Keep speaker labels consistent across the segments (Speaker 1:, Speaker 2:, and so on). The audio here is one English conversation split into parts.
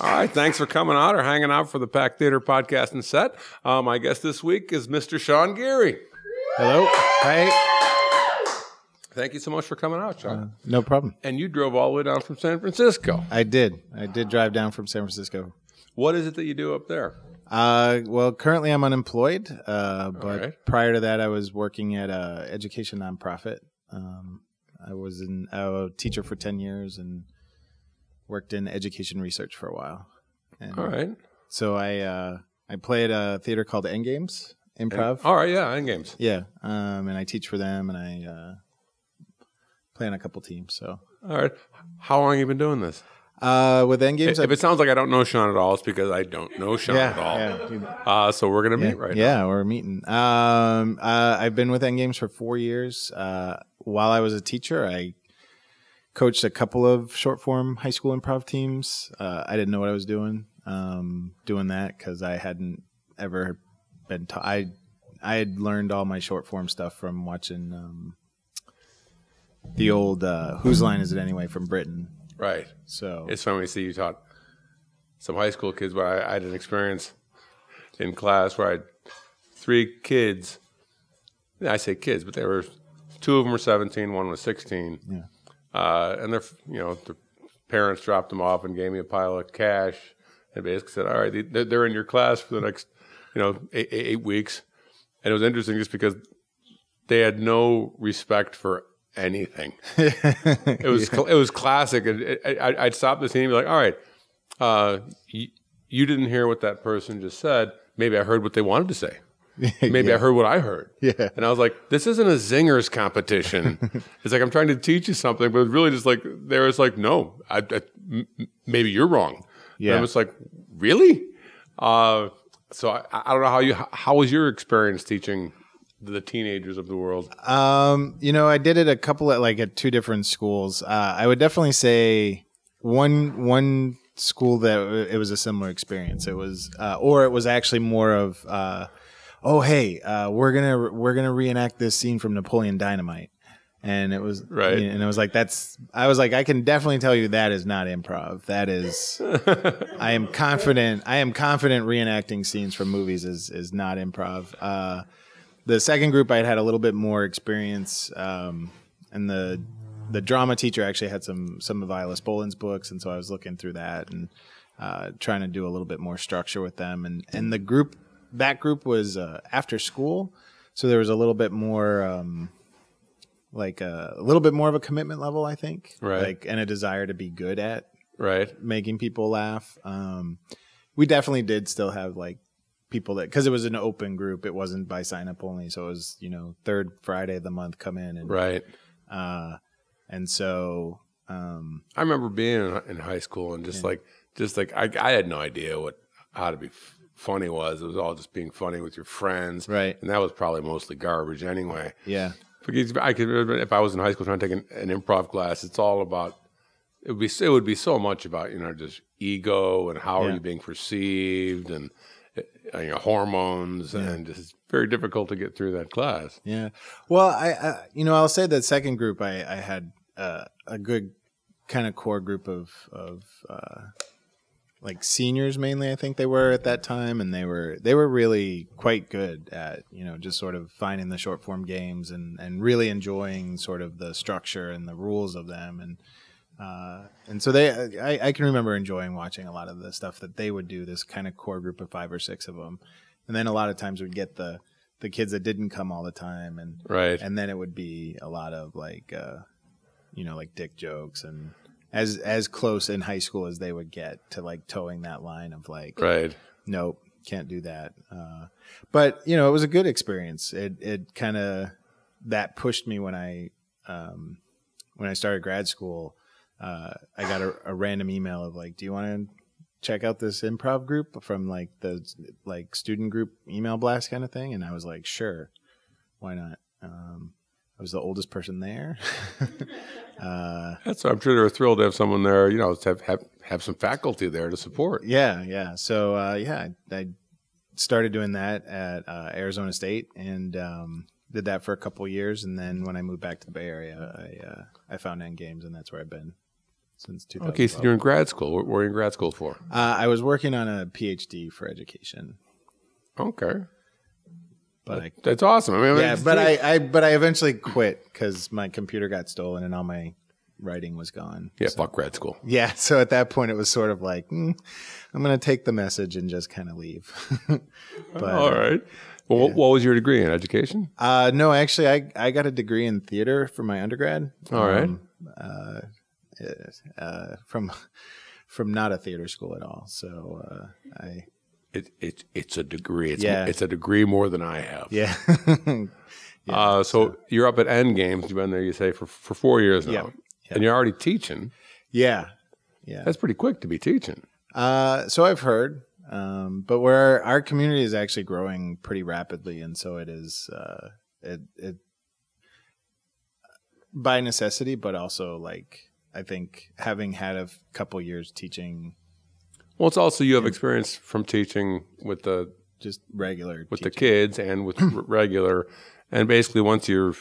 Speaker 1: right. Thanks for coming out or hanging out for the Pack Theater podcast and set. Um, my guest this week is Mr. Sean Geary.
Speaker 2: Hello. Hey.
Speaker 1: Thank you so much for coming out, Sean.
Speaker 2: No problem.
Speaker 1: and you drove all the way down from San Francisco.
Speaker 2: I did. I did drive down from San Francisco.
Speaker 1: What is it that you do up there?
Speaker 2: Uh, well, currently I'm unemployed, uh, but
Speaker 1: right.
Speaker 2: prior to that, I was working at a education nonprofit. Um, I was an, a teacher for 10 years and worked in education research for a while. And
Speaker 1: All right.
Speaker 2: So I uh, I played a theater called Endgames Improv.
Speaker 1: All right. Yeah. End games.
Speaker 2: Yeah, um, and I teach for them, and I uh, play on a couple teams. So
Speaker 1: All right. How long you been doing this?
Speaker 2: uh, with Endgames, I
Speaker 1: If it sounds like I don't know Sean at all, it's because I don't know Sean at all.
Speaker 2: yeah, you-
Speaker 1: Uh, so we're gonna
Speaker 2: yeah,
Speaker 1: meet right
Speaker 2: yeah, we're meeting. Um, uh, I've been with Endgames for four years. Uh, while I was a teacher, I coached a couple of short form high school improv teams. Uh, I didn't know what I was doing um, doing that because I hadn't ever been taught. I I had learned all my short form stuff from watching um, the old uh, Whose Line Is It Anyway from Britain.
Speaker 1: now. Right.
Speaker 2: So
Speaker 1: It's funny when you see you taught some high school kids, but I, I had an experience in class where I had three kids. Yeah, I say kids, but they were two of them were 17, one was 16. Uh, and their you know their parents dropped them off and gave me a pile of cash and basically said, "All right, they're, they're in your class for the next you know eight, eight eight weeks." And it was interesting just because they had no respect for anything. It was cl- it was classic. And it, I, I'd- I'd stop the scene and be like, "All right, uh, you, you didn't hear what that person just said. Maybe I heard what they wanted to say. Maybe I heard what I heard."
Speaker 2: Yeah.
Speaker 1: And I was like, "This isn't a zingers competition." it's like I'm trying to teach you something, but it's really just like there is like, "No, I, I- m- m- maybe you're wrong." And
Speaker 2: Yeah.
Speaker 1: I was like, "Really?" Uh, so I, I don't know how you how was your experience teaching the teenagers of the world?
Speaker 2: Um, you know, I did it a couple at like at two different schools. Uh, I would definitely say one one school that w- it was a similar experience. It was, uh, or it was actually more of, uh, oh hey, uh, we're gonna we're gonna reenact this scene from Napoleon Dynamite, and it was
Speaker 1: Right.
Speaker 2: And it was like that's I was like I can definitely tell you that is not improv. That is, I am confident. I am confident reenacting scenes from movies is is not improv. Uh, the second group I had had a little bit more experience, um, and the the drama teacher actually had some some of Viola Boland's books, and so I was looking through that and uh, trying to do a little bit more structure with them. And and the group that group was uh, after school, so there was a little bit more. Um, like uh, a, a little bit more of a commitment level, I think.
Speaker 1: Right.
Speaker 2: Like, and a desire to be good at
Speaker 1: Right.
Speaker 2: making people laugh. Um, we definitely did still have like people that because it was an open group, it wasn't by sign up only, so it was you know third Friday of the month come in and
Speaker 1: Right.
Speaker 2: uh, and so um,
Speaker 1: I remember being in, in high school and just like, just like I, I had no idea what how to be f- funny was. It was all just being funny with your friends,
Speaker 2: Right.
Speaker 1: And that was probably mostly garbage anyway.
Speaker 2: yeah,
Speaker 1: Because I could, remember if I was in high school trying to take an, an improv class, it's all about it would be it would be so much about you know just ego and how are
Speaker 2: Yeah.
Speaker 1: you being perceived and uh, you know hormones and just it's very difficult to get through that class.
Speaker 2: Yeah. Well, I, I you know, I'll say that second group I, I had uh, a good kind of core group of of uh, like seniors mainly. I think they were at that time, and they were they were really quite good at you know just sort of finding the short form games and and really enjoying sort of the structure and the rules of them and. Uh, and so they, I, I can remember enjoying watching a lot of the stuff that they would do. This kind of core group of five or six of them, and then a lot of times we'd get the the kids that didn't come all the time, and
Speaker 1: Right.
Speaker 2: and then it would be a lot of like, uh, you know, like dick jokes, and as as close in high school as they would get to like towing that line of like,
Speaker 1: right.
Speaker 2: nope, can't do that. Uh, but you know, it was a good experience. It it kind of that pushed me when I um, when I started grad school. Uh, I got a, a random email of like, do you want to check out this improv group from like the like student group email blast kind of thing? And I was like, sure, why not? Um, I was the oldest person there. uh,
Speaker 1: That's I'm sure they're thrilled to have someone there. You know, to have have, have some faculty there to support.
Speaker 2: Yeah, yeah. So uh, yeah, I, I started doing that at uh, Arizona State and um, did that for a couple years, and then when I moved back to the Bay Area, I uh, I found End Games, and that's where I've been. since 2000.
Speaker 1: Okay, so you're in grad school. What were you in grad school for?
Speaker 2: uh, I was working on a PhD for education,
Speaker 1: Okay,
Speaker 2: but I
Speaker 1: that's awesome. I mean,
Speaker 2: yeah,
Speaker 1: it's-
Speaker 2: but I, I but I eventually quit because my computer got stolen and all my writing was gone.
Speaker 1: yeah, fuck grad school.
Speaker 2: Yeah, so at that point it was sort of like, mm, I'm gonna take the message and just kind of leave. but
Speaker 1: All right. Well, what, what was your degree in education?
Speaker 2: uh, no, actually, I I got a degree in theater for my undergrad.
Speaker 1: All right.
Speaker 2: uh, uh, uh, from from not a theater school at all. So uh, I
Speaker 1: It, it it's a degree. It's
Speaker 2: Yeah.
Speaker 1: it's a degree more than I have.
Speaker 2: yeah
Speaker 1: uh, so, you're up at End Games. You've been there, you say, for for four years now,
Speaker 2: Yeah.
Speaker 1: and you're already teaching.
Speaker 2: yeah yeah.
Speaker 1: That's pretty quick to be teaching.
Speaker 2: Uh, so I've heard, um, but where our community is actually growing pretty rapidly, and so it is uh, it it by necessity, but also like I think having had a f- couple years teaching
Speaker 1: Well, it's also you have experience from teaching with the
Speaker 2: just regular
Speaker 1: with the
Speaker 2: teaching.
Speaker 1: kids and with r- regular, and basically once you're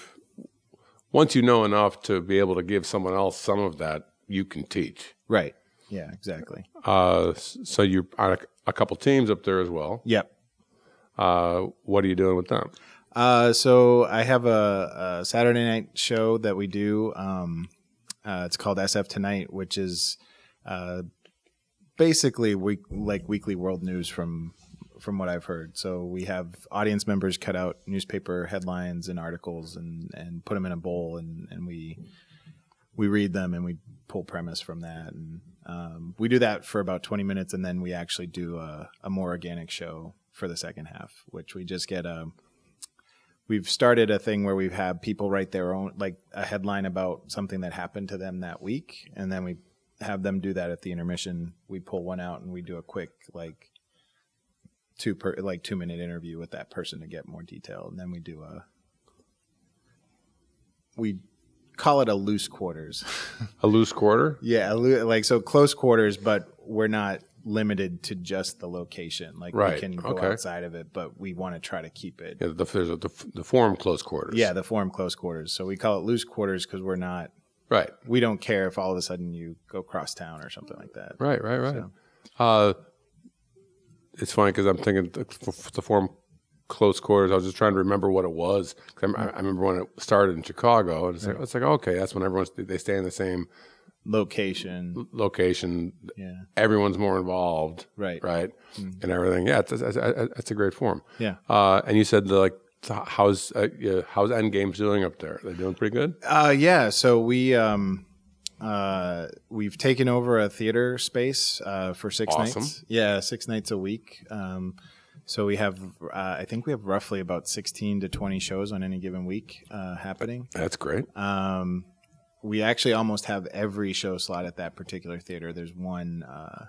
Speaker 1: once you know enough to be able to give someone else some of that, you can teach.
Speaker 2: right yeah exactly
Speaker 1: Uh, s- so you're on a, a couple teams up there as well.
Speaker 2: yep
Speaker 1: Uh, what are you doing with them?
Speaker 2: Uh, so I have a, a Saturday night show that we do. Um, uh, it's called SF Tonight, which is uh, basically week like weekly world news from from what I've heard. So we have audience members cut out newspaper headlines and articles and and put them in a bowl, and and we we read them and we pull premise from that and um, we do that for about 20 minutes and then we actually do a, a more organic show for the second half which we just get um, a we've started a thing where we've had people write their own like a headline about something that happened to them that week and then we have them do that at the intermission we pull one out and we do a quick like two per like two minute interview with that person to get more detail and then we do a we call it a loose quarters
Speaker 1: A loose quarter.
Speaker 2: yeah, a lu- like so close quarters, but we're not limited to just the location. Like
Speaker 1: Right,
Speaker 2: we can go
Speaker 1: okay.
Speaker 2: outside of it, but we want to try to keep it.
Speaker 1: Yeah, the, there's a, the, the form close quarters.
Speaker 2: Yeah, the form close quarters. So we call it loose quarters because we're not.
Speaker 1: Right.
Speaker 2: We don't care if all of a sudden you go cross town or something like that.
Speaker 1: Right. Right. Right. Uh, it's funny because I'm thinking the, f- the form close quarters. I was just trying to remember what it was. 'Cause I'm- I, I remember when it started in Chicago, and it's like, it's like okay, that's when everyone's they stay in the same Mm.
Speaker 2: Location.
Speaker 1: location.
Speaker 2: Yeah.
Speaker 1: Everyone's more involved,
Speaker 2: Right.
Speaker 1: right, and everything. Yeah, it's, it's, it's, it's a great form.
Speaker 2: Yeah.
Speaker 1: Uh, and you said the, like th- how's uh, yeah, how's Endgames doing up there? They're doing pretty good.
Speaker 2: Uh, yeah. So we um, uh, we've taken over a theater space uh, for six
Speaker 1: Awesome.
Speaker 2: nights. Yeah, six nights a week. Um, so we have, uh, I think we have roughly about sixteen to twenty shows on any given week uh, happening.
Speaker 1: That's great.
Speaker 2: Um, we actually almost have every show slot at that particular theater. There's one uh,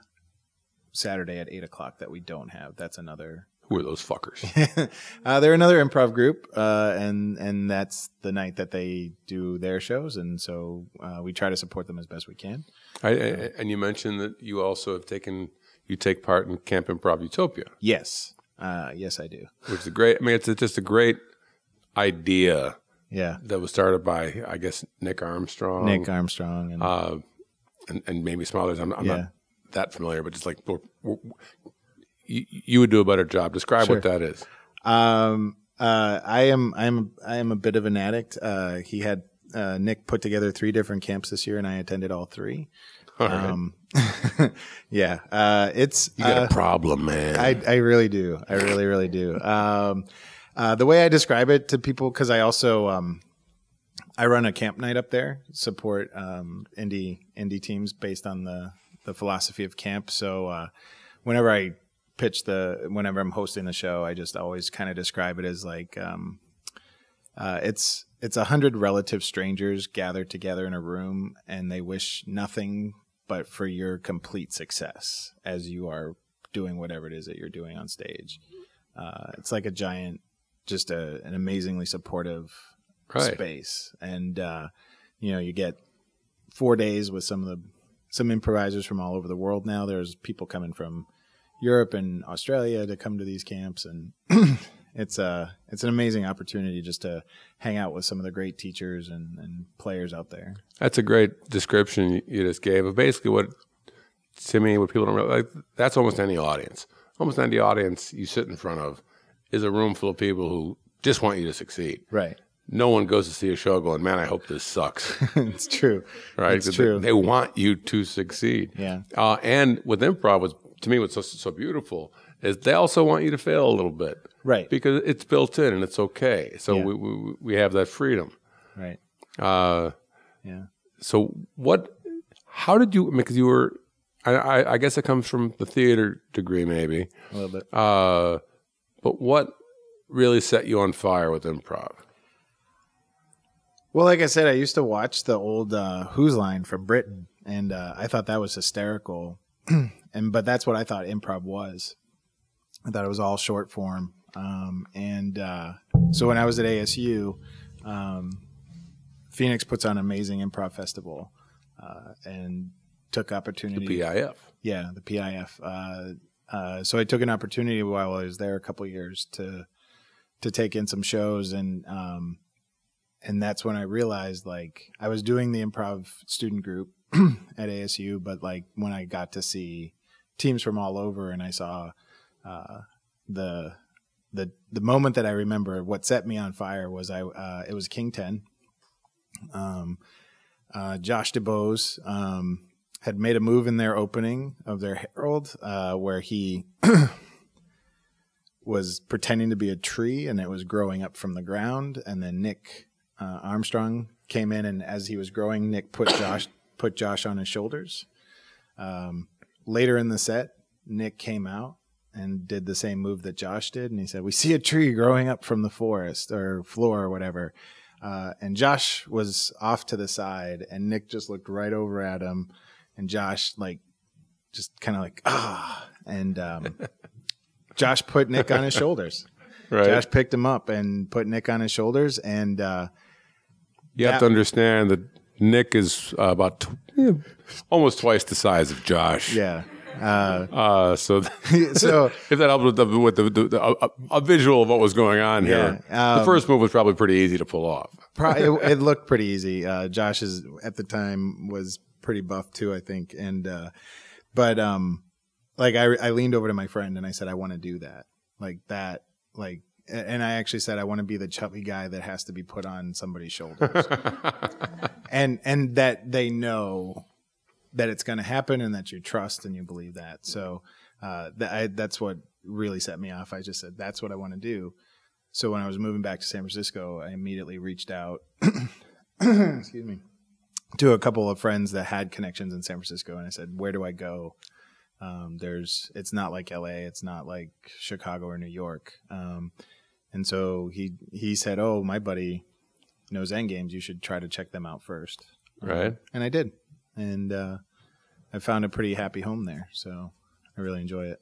Speaker 2: Saturday at eight o'clock that we don't have. That's another
Speaker 1: Who are those fuckers?
Speaker 2: uh, they're another improv group, uh, and and that's the night that they do their shows, and so uh, we try to support them as best we can.
Speaker 1: I, I, and you mentioned that you also have taken you take part in Camp Improv Utopia,
Speaker 2: Yes, uh, yes, I do.
Speaker 1: which is a great. I mean, it's just a great idea
Speaker 2: Yeah,
Speaker 1: that was started by I guess Nick Armstrong,
Speaker 2: Nick Armstrong, and
Speaker 1: Oh. uh, and, and maybe some others. I'm, I'm
Speaker 2: Yeah.
Speaker 1: not that familiar, but just like we're, we're, you, you would do a better job. Describe what that is.
Speaker 2: Um, uh, I am I'm I am a bit of an addict. Uh, he had uh, Nick put together three different camps this year, and I attended all three.
Speaker 1: All right.
Speaker 2: Um, yeah, uh, it's
Speaker 1: you got a problem, man.
Speaker 2: I, I really do. I really, really do. Um, uh, the way I describe it to people, because I also um, I run a camp night up there, support um, indie indie teams based on the the philosophy of camp. So uh, whenever I pitch the whenever I'm hosting the show, I just always kind of describe it as like um, uh, it's it's a hundred relative strangers gathered together in a room, and they wish nothing but for your complete success as you are doing whatever it is that you're doing on stage. Uh, it's like a giant, just a, an amazingly supportive
Speaker 1: Right.
Speaker 2: space, and uh, you know you get four days with some of the some improvisers from all over the world. Now there's people coming from Europe and Australia to come to these camps, and it's a it's an amazing opportunity just to hang out with some of the great teachers and, and players out there.
Speaker 1: That's a great description you just gave of basically what to me what people don't realize like, that's almost any audience. Almost any audience you sit in front of is a room full of people who just want you to succeed.
Speaker 2: Right.
Speaker 1: No one goes to see a show going, man, I hope this sucks.
Speaker 2: it's true.
Speaker 1: Right?
Speaker 2: It's
Speaker 1: 'Cause
Speaker 2: true.
Speaker 1: They, they want you to succeed.
Speaker 2: Yeah.
Speaker 1: Uh, and with improv, was to me what's so, so beautiful is they also want you to fail a little bit,
Speaker 2: Right.
Speaker 1: Because it's built in and it's okay. So
Speaker 2: Yeah.
Speaker 1: we, we we have that freedom.
Speaker 2: Right.
Speaker 1: Uh,
Speaker 2: Yeah.
Speaker 1: so what? How did you? Because you were, I, I, I guess it comes from the theater degree, maybe.
Speaker 2: A little bit.
Speaker 1: Uh, but what really set you on fire with improv?
Speaker 2: Well, like I said, I used to watch the old uh, Who's Line from Britain, and uh, I thought that was hysterical. and but that's what I thought improv was. I thought it was all short form. Um, and uh, so when I was at ASU, um, Phoenix puts on an amazing improv festival, uh, and took opportunity.
Speaker 1: BIF.
Speaker 2: Yeah, the PIF. Uh, uh, so I took an opportunity while I was there a couple years to to take in some shows, and um, and that's when I realized like I was doing the improv student group at ASU, but like when I got to see teams from all over, and I saw uh, the the the moment that I remember, what set me on fire was I uh, it was King Ten. Um, uh, Josh DeBose um, had made a move in their opening of their Herald uh, where he was pretending to be a tree and it was growing up from the ground. And then Nick uh, Armstrong came in, and as he was growing, Nick put Josh put Josh on his shoulders. Um, later in the set, Nick came out and did the same move that Josh did, and he said, "We see a tree growing up from the forest or floor or whatever." Uh, and Josh was off to the side, and Nick just looked right over at him, and Josh like just kind of like ah, and um, Josh put Nick on his shoulders.
Speaker 1: Right.
Speaker 2: Josh picked him up and put Nick on his shoulders, and uh,
Speaker 1: you have
Speaker 2: that-
Speaker 1: to understand that Nick is uh, about tw- yeah, almost twice the size of Josh.
Speaker 2: yeah, uh,
Speaker 1: Uh, so
Speaker 2: so
Speaker 1: if that helped with the, with the, the, the a, a visual of what was going on here,
Speaker 2: Yeah,
Speaker 1: the
Speaker 2: um,
Speaker 1: first move was probably pretty easy to pull off.
Speaker 2: Pro- it, it looked pretty easy. Uh, Josh is at the time was pretty buff too, I think. And uh, but um, like I, I leaned over to my friend and I said, I want to do that, like that, like. a- And I actually said I want to be the chubby guy that has to be put on somebody's shoulders, and and that they know that it's going to happen and that you trust and you believe that. So uh, that I, that's what really set me off. I just said that's what I want to do. So when I was moving back to San Francisco, I immediately reached out, excuse me, to a couple of friends that had connections in San Francisco, and I said, "Where do I go? Um, there's, it's not like L.A., it's not like Chicago or New York." Um, and so he he said, "Oh, my buddy knows End Games. You should try to check them out first. Um,
Speaker 1: Right.
Speaker 2: And I did, and uh, I found a pretty happy home there. So I really enjoy it.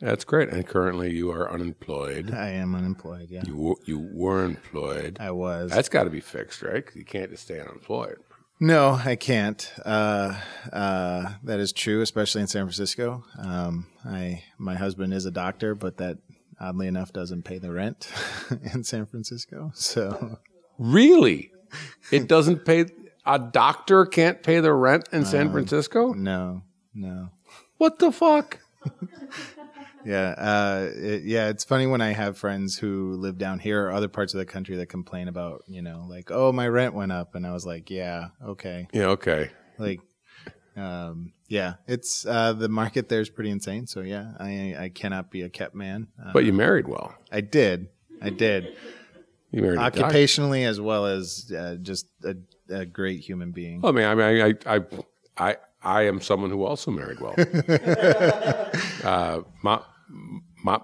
Speaker 1: That's great. And currently you are unemployed.
Speaker 2: I am unemployed. Yeah,
Speaker 1: You were, you were employed.
Speaker 2: I was.
Speaker 1: That's got to be fixed, right? 'Cause you can't just stay unemployed.
Speaker 2: No, I can't. Uh, uh, that is true, especially in San Francisco. Um, I my husband is a doctor, but that oddly enough doesn't pay the rent in San Francisco. So
Speaker 1: Really? It doesn't pay. A doctor can't pay the rent in
Speaker 2: Um,
Speaker 1: San Francisco?
Speaker 2: no, no,
Speaker 1: What the fuck?
Speaker 2: yeah, uh, it, yeah. It's funny when I have friends who live down here or other parts of the country that complain about you know like oh my rent went up, and I was like yeah okay
Speaker 1: Yeah, okay.
Speaker 2: like um yeah it's uh the market there is pretty insane so yeah i i cannot be a kept man uh,
Speaker 1: But you married well.
Speaker 2: i did i did
Speaker 1: You married a doctor.
Speaker 2: occupationally as well as uh, just a, a great human being
Speaker 1: Well, I mean, I mean, I, I, I, I am someone who also married well. uh, my, my,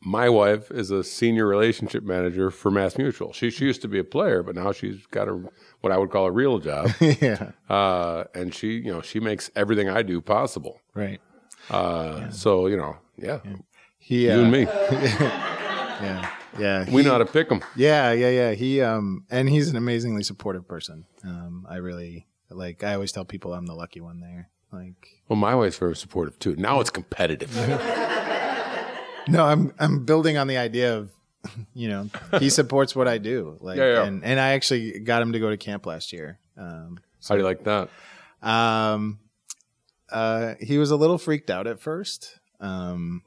Speaker 1: my wife is a senior relationship manager for Mass Mutual. She, she used to be a player, but now she's got a what I would call a real job,
Speaker 2: yeah
Speaker 1: uh, and she, you know, she makes everything I do possible.
Speaker 2: right
Speaker 1: Uh, So you know, yeah,
Speaker 2: he uh,
Speaker 1: you and me,
Speaker 2: yeah yeah
Speaker 1: we know how to pick them.
Speaker 2: Yeah, yeah, yeah. He um and he's an amazingly supportive person. Um I really like I always tell people I'm the lucky one there. Like
Speaker 1: Well, my wife's very supportive too. Now it's competitive.
Speaker 2: no, I'm I'm building on the idea of you know, he supports what I do. Like,
Speaker 1: Yeah, yeah.
Speaker 2: and and I actually got him to go to camp last year. Um,
Speaker 1: How do you like that?
Speaker 2: um, uh, he was a little freaked out at first. Um,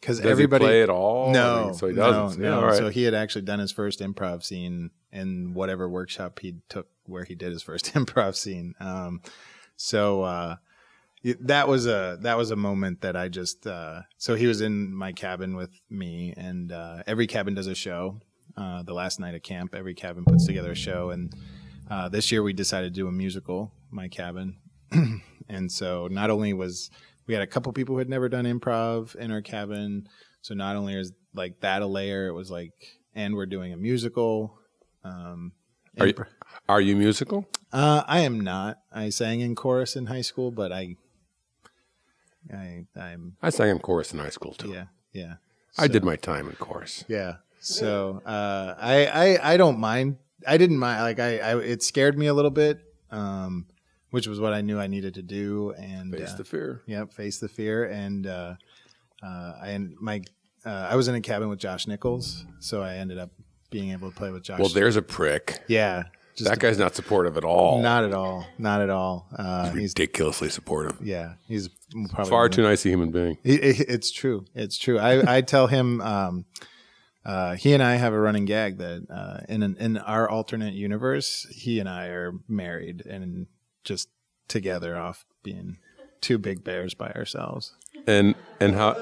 Speaker 2: because
Speaker 1: Does
Speaker 2: everybody
Speaker 1: he play at all?
Speaker 2: no,
Speaker 1: so he
Speaker 2: no,
Speaker 1: doesn't.
Speaker 2: No,
Speaker 1: Yeah, all right.
Speaker 2: So he had actually done his first improv scene in whatever workshop he took where he did his first improv scene. Um, so uh, it- that was a that was a moment that I just uh, so he was in my cabin with me, and uh, every cabin does a show. Uh, the last night of camp, every cabin puts together a show, and uh, this year we decided to do a musical, my cabin, and so not only was we had a couple people who had never done improv in our cabin, so not only is like that a layer, it was like, and we're doing a musical. Um,
Speaker 1: Are you-
Speaker 2: impro-
Speaker 1: Are you musical?
Speaker 2: uh, I am not. I sang in chorus in high school, but I, I, I'm
Speaker 1: I sang in chorus in high school too.
Speaker 2: yeah, yeah.
Speaker 1: I
Speaker 2: So-
Speaker 1: did my time in chorus.
Speaker 2: Yeah. So uh, I, I I don't mind. I didn't mind. Like I, I it scared me a little bit, um, which was what I knew I needed to do. And
Speaker 1: Face
Speaker 2: uh,
Speaker 1: the fear.
Speaker 2: Yep, face the fear, and uh, uh, I and my uh, I was in a cabin with Josh Nichols, so I ended up being able to play with Josh.
Speaker 1: Well, there's a prick.
Speaker 2: yeah, just
Speaker 1: That guy's not supportive at all.
Speaker 2: not at all, not at all. Uh, he's
Speaker 1: Ridiculously supportive.
Speaker 2: yeah, he's probably
Speaker 1: Far too nice a human being.
Speaker 2: He- he- it's true, it's true. I I tell him. Um, uh, he and I have a running gag that uh, in an, in our alternate universe, he and I are married and just together off being two big bears by ourselves.
Speaker 1: And and how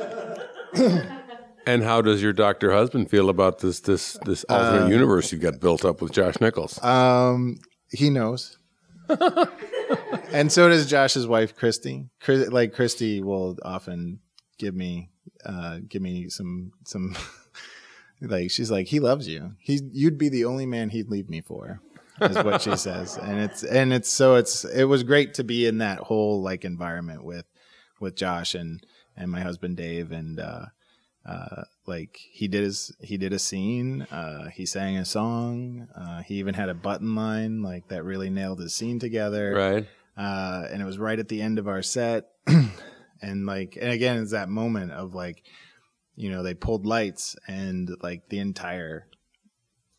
Speaker 1: and how does your doctor husband feel about this this this
Speaker 2: Uh,
Speaker 1: alternate universe you got built up with Josh Nichols?
Speaker 2: Um, he knows. and so does Josh's wife, Christy. Chris, like Christy will often give me, uh, give me some some. like she's like, he loves you. He, you'd be the only man he'd leave me for, is what she says. And it's and it's so it's it was great to be in that whole like environment with with Josh and and my husband Dave and. uh uh, like he did his he did a scene uh, he sang a song uh, he even had a button line like that really nailed his scene together
Speaker 1: right.
Speaker 2: uh, and it was right at the end of our set and like and again it's that moment of like you know they pulled lights and like the entire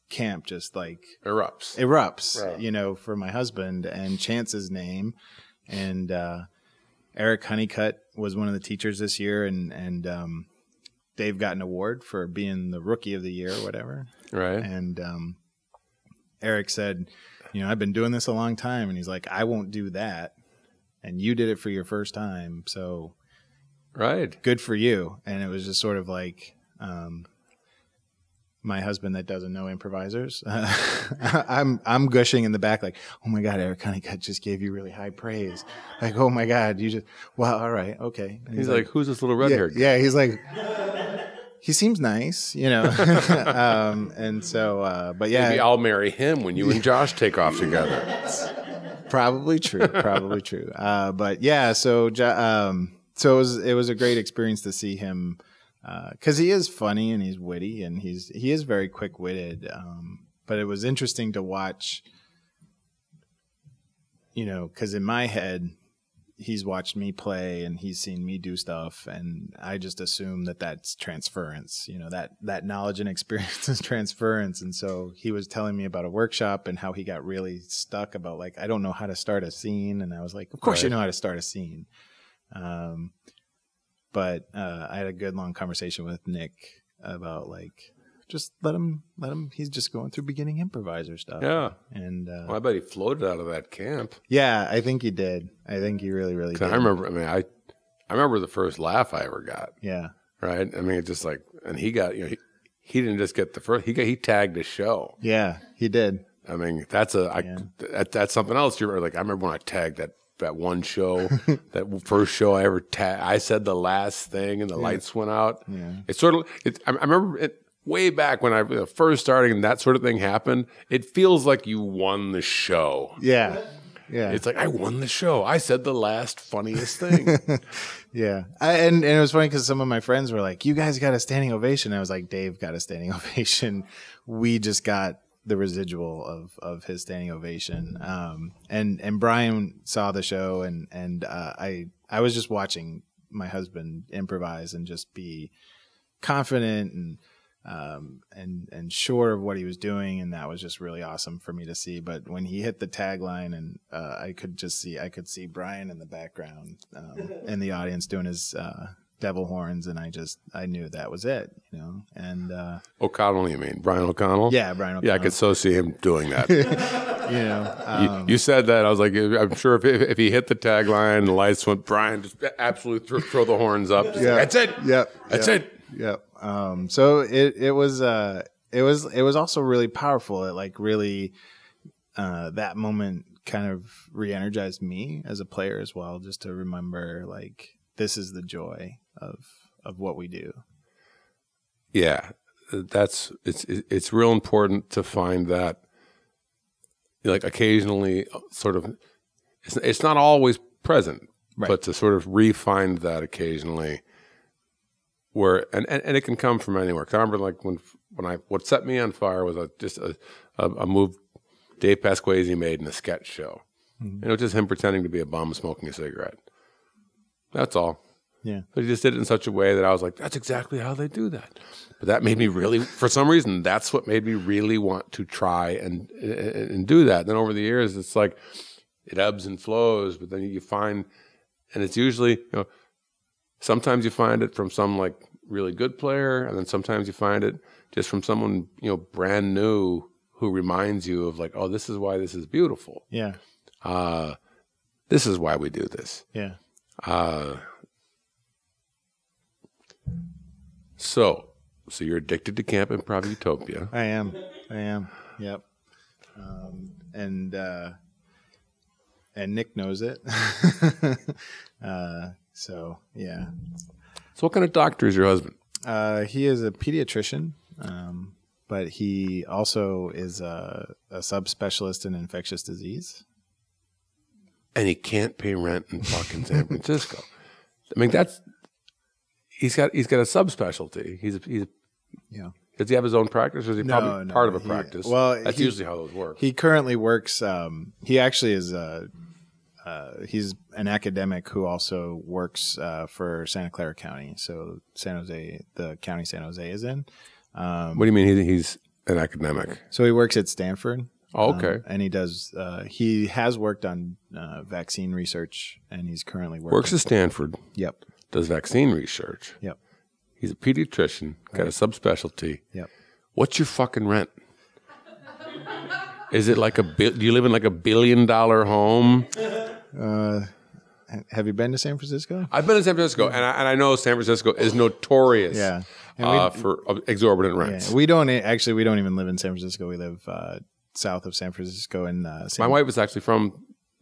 Speaker 2: camp just like
Speaker 1: Erupts.
Speaker 2: erupts
Speaker 1: Right.
Speaker 2: you know for my husband and chance's name and uh eric honeycutt was one of the teachers this year and and um dave got an award for being the rookie of the year or whatever
Speaker 1: Right.
Speaker 2: and um eric said you know i've been doing this a long time and he's like i won't do that and you did it for your first time so
Speaker 1: Right.
Speaker 2: good for you and it was just sort of like um my husband that doesn't know improvisers i'm i'm gushing in the back like oh my god eric honeycutt just gave you really high praise like oh my god you just wow all right okay And
Speaker 1: He's like, who's this little red
Speaker 2: yeah,
Speaker 1: haired?
Speaker 2: yeah he's like he seems nice you know um and so uh but yeah
Speaker 1: Maybe I'll marry him when you and Josh take off together.
Speaker 2: probably true probably true uh but yeah so Jo- um so it was it was a great experience to see him because Uh, he is funny and he's witty and he's he is very quick witted um but it was interesting to watch you know because in my head he's watched me play and he's seen me do stuff and i just assume that that's transference you know that that knowledge and experience is transference and so he was telling me about a workshop and how he got really stuck about like i don't know how to start a scene and i was like of course you
Speaker 1: Right.
Speaker 2: know how to start a scene um, but uh, i had a good long conversation with nick about like just let him let him he's just going through beginning improviser stuff
Speaker 1: Yeah.
Speaker 2: and uh,
Speaker 1: Well, I bet he floated out of that camp.
Speaker 2: yeah i think he did i think he really really
Speaker 1: 'Cause
Speaker 2: did
Speaker 1: I remember. I mean, I I remember the first laugh I ever got.
Speaker 2: yeah
Speaker 1: Right. I mean, it's just like, and he got you know he, he didn't just get the first. He got he tagged a show.
Speaker 2: Yeah, he did.
Speaker 1: I mean, that's a I,
Speaker 2: Yeah.
Speaker 1: that, that's something else. You're like, I remember when I tagged that that one show, that first show I ever tagged. I said the last thing, and the lights went out.
Speaker 2: Yeah.
Speaker 1: It's sort of. It, I, I remember it way back when I was first starting, and that sort of thing happened. It feels like you won the show.
Speaker 2: Yeah. Yeah.
Speaker 1: It's like I won the show. I said the last funniest thing.
Speaker 2: yeah. I, and, and it was funny because some of my friends were like, you guys got a standing ovation. I was like, Dave got a standing ovation. We just got the residual of, of his standing ovation. Um, and, and Brian saw the show and, and, uh, I, I was just watching my husband improvise and just be confident and, um, and and sure of what he was doing, and that was just really awesome for me to see. But when he hit the tagline, and uh, I could just see I could see Brian in the background um, in the audience doing his uh, devil horns, and I just I knew that was it, you know. And uh,
Speaker 1: O'Connell, you mean Brian O'Connell?
Speaker 2: yeah, Brian.
Speaker 1: yeah. I
Speaker 2: O'Connell,
Speaker 1: could so see him doing that. you,
Speaker 2: you know. Um,
Speaker 1: you said that. I was like, I'm sure if, if he hit the tagline, the lights went. Brian just absolutely throw, throw the horns up. Just,
Speaker 2: Yeah.
Speaker 1: That's it.
Speaker 2: yep.
Speaker 1: That's it.
Speaker 2: Yep. Um, so it it was uh it was it was also really powerful. It like really uh that moment kind of re-energized me as a player as well, just to remember like this is the joy of of what we do.
Speaker 1: yeah that's it's it's real important to find that like occasionally uh, sort of it's, it's not always present
Speaker 2: Right.
Speaker 1: but to sort of re-find that occasionally where and, and, and it can come from anywhere 'Cause i remember like when when i what set me on fire was a, just a, a, a move dave pasquazi made in a sketch show
Speaker 2: Mhm.
Speaker 1: you know just him pretending to be a bum smoking a cigarette that's all
Speaker 2: Yeah.
Speaker 1: but he just did it in such a way that I was like, that's exactly how they do that. But that made me really, for some reason, that's what made me really want to try and and, and do that. Then over the years, it's like it ebbs and flows, but then you find, and it's usually, you know, sometimes you find it from some like really good player, and then sometimes you find it just from someone you know brand new who reminds you of like, oh, this is why this is beautiful.
Speaker 2: Yeah.
Speaker 1: Uh, this is why we do this.
Speaker 2: Yeah.
Speaker 1: Uh, so, so you're addicted to Camp Improv Utopia.
Speaker 2: I am. I am. Yep. Um, and uh, and Nick knows it. uh, so yeah.
Speaker 1: So, what kind of doctor is your husband?
Speaker 2: Uh, he is a pediatrician, um, but he also is a, a subspecialist in infectious disease.
Speaker 1: And he can't pay rent in fucking San Francisco. I mean, that's he's got he's got a subspecialty. He's a, he's a,
Speaker 2: Yeah.
Speaker 1: Does he have his own practice, or is he
Speaker 2: No,
Speaker 1: probably
Speaker 2: no,
Speaker 1: part of a
Speaker 2: he-
Speaker 1: practice?
Speaker 2: well,
Speaker 1: that's
Speaker 2: he-
Speaker 1: usually how those work.
Speaker 2: He currently works. Um, he actually is. A, uh, he's an academic who also works uh, for Santa Clara County. So San Jose, the county San Jose is in. Um,
Speaker 1: what do you mean? He, he's an academic.
Speaker 2: so he works at Stanford.
Speaker 1: Oh, okay,
Speaker 2: Um, and he does. Uh, he has worked on uh, vaccine research, and he's currently working.
Speaker 1: works at Stanford,
Speaker 2: Yep.
Speaker 1: does vaccine research.
Speaker 2: Yep.
Speaker 1: He's a pediatrician, got a subspecialty.
Speaker 2: Yep.
Speaker 1: What's your fucking rent? Is it like a bi- do you live in like a billion dollar home?
Speaker 2: Uh, have you been to San Francisco?
Speaker 1: I've been in San Francisco, and I, and I know San Francisco is notorious
Speaker 2: Yeah. And we-
Speaker 1: uh, for exorbitant rents.
Speaker 2: Yeah, we don't e, actually. We don't even live in San Francisco. We live uh, south of San Francisco in uh,
Speaker 1: My
Speaker 2: San.
Speaker 1: wife is actually from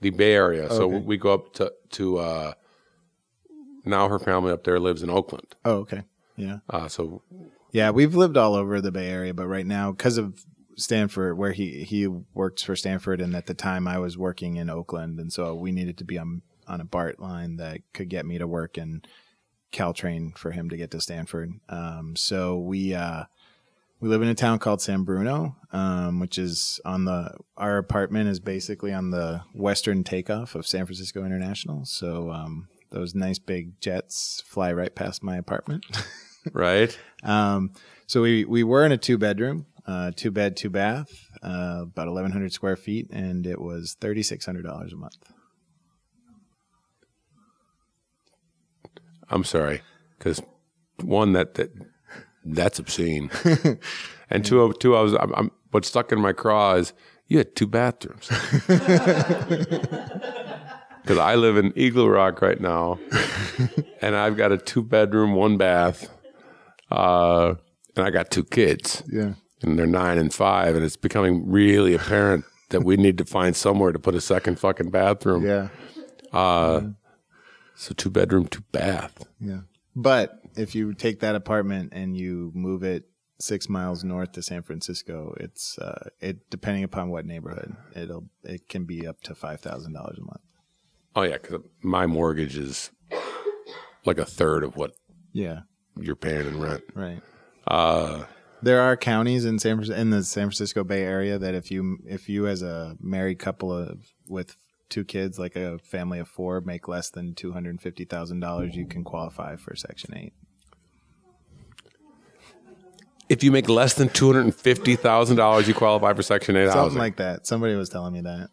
Speaker 1: the Bay Area, so
Speaker 2: Okay.
Speaker 1: we go up to to uh, now her family up there lives in Oakland.
Speaker 2: oh, okay. Yeah,
Speaker 1: Uh, so
Speaker 2: yeah. We've lived all over the Bay Area, but right now, because of Stanford, where he he works for Stanford, and at the time I was working in Oakland, and so we needed to be on on a BART line that could get me to work in Caltrain for him to get to Stanford. Um, so we. Uh, we live in a town called San Bruno, um, which is on the. Our apartment is basically on the western takeoff of San Francisco International. So um, those nice big jets fly right past my apartment.
Speaker 1: right,
Speaker 2: um, so we we were in a two bedroom, uh, two bed, two bath, uh, about eleven hundred square feet, and it was thirty six hundred dollars a month.
Speaker 1: I'm sorry because one that that that's obscene, and two of- two I was I'm, I'm what's stuck in my craw is you had two bathrooms because I live in Eagle Rock right now, and I've got a two bedroom, one bath, uh, and I got two kids,
Speaker 2: Yeah.
Speaker 1: and they're nine and five, and it's becoming really apparent that we need to find somewhere to put a second fucking bathroom.
Speaker 2: Yeah.
Speaker 1: So two bedroom, two bath.
Speaker 2: Yeah. But if you take that apartment and you move it six miles north to San Francisco, it's uh, it depending upon what neighborhood, it'll it can be up to five thousand dollars a month.
Speaker 1: Oh yeah, because my mortgage is like a third of what
Speaker 2: Yeah.
Speaker 1: you're paying in rent.
Speaker 2: Right.
Speaker 1: Uh,
Speaker 2: There are counties in San Fran- in the San Francisco Bay Area that if you if you as a married couple of with two kids, like a family of four, make less than two hundred fifty thousand dollars, you can qualify for Section Eight.
Speaker 1: If you make less than two hundred and fifty thousand dollars, you qualify for Section Eight
Speaker 2: Something
Speaker 1: housing.
Speaker 2: like that. Somebody was telling me that.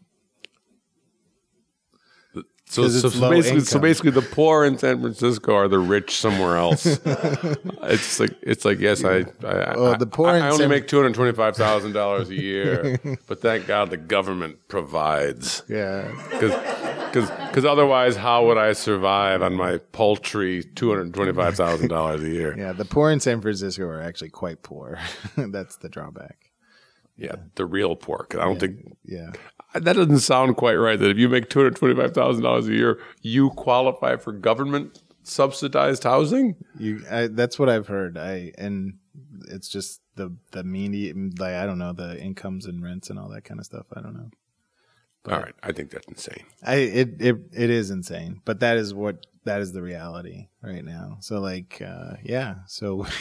Speaker 1: so,
Speaker 2: 'cause
Speaker 1: so,
Speaker 2: it's low
Speaker 1: basically, so
Speaker 2: income.
Speaker 1: basically, the poor in San Francisco are the rich somewhere else. it's like it's like yes, I. I
Speaker 2: Well,
Speaker 1: I-
Speaker 2: the poor
Speaker 1: I,
Speaker 2: in
Speaker 1: I only
Speaker 2: San-
Speaker 1: make two hundred twenty-five thousand dollars a year, but thank God the government provides.
Speaker 2: Yeah.
Speaker 1: Because otherwise, how would I survive on my paltry two hundred twenty-five thousand dollars a year?
Speaker 2: Yeah. The poor in San Francisco are actually quite poor. That's the drawback.
Speaker 1: Yeah, the real poor. 'cause I don't think
Speaker 2: Yeah.
Speaker 1: that doesn't sound quite right. That if you make two hundred twenty-five thousand dollars a year, you qualify for government subsidized housing.
Speaker 2: You, I, that's what I've heard. I and it's just the the mean like I don't know the incomes and rents and all that kind of stuff. I don't know.
Speaker 1: All right, I think that's insane.
Speaker 2: I it it it is insane, but that is what that is the reality right now. So like uh yeah, so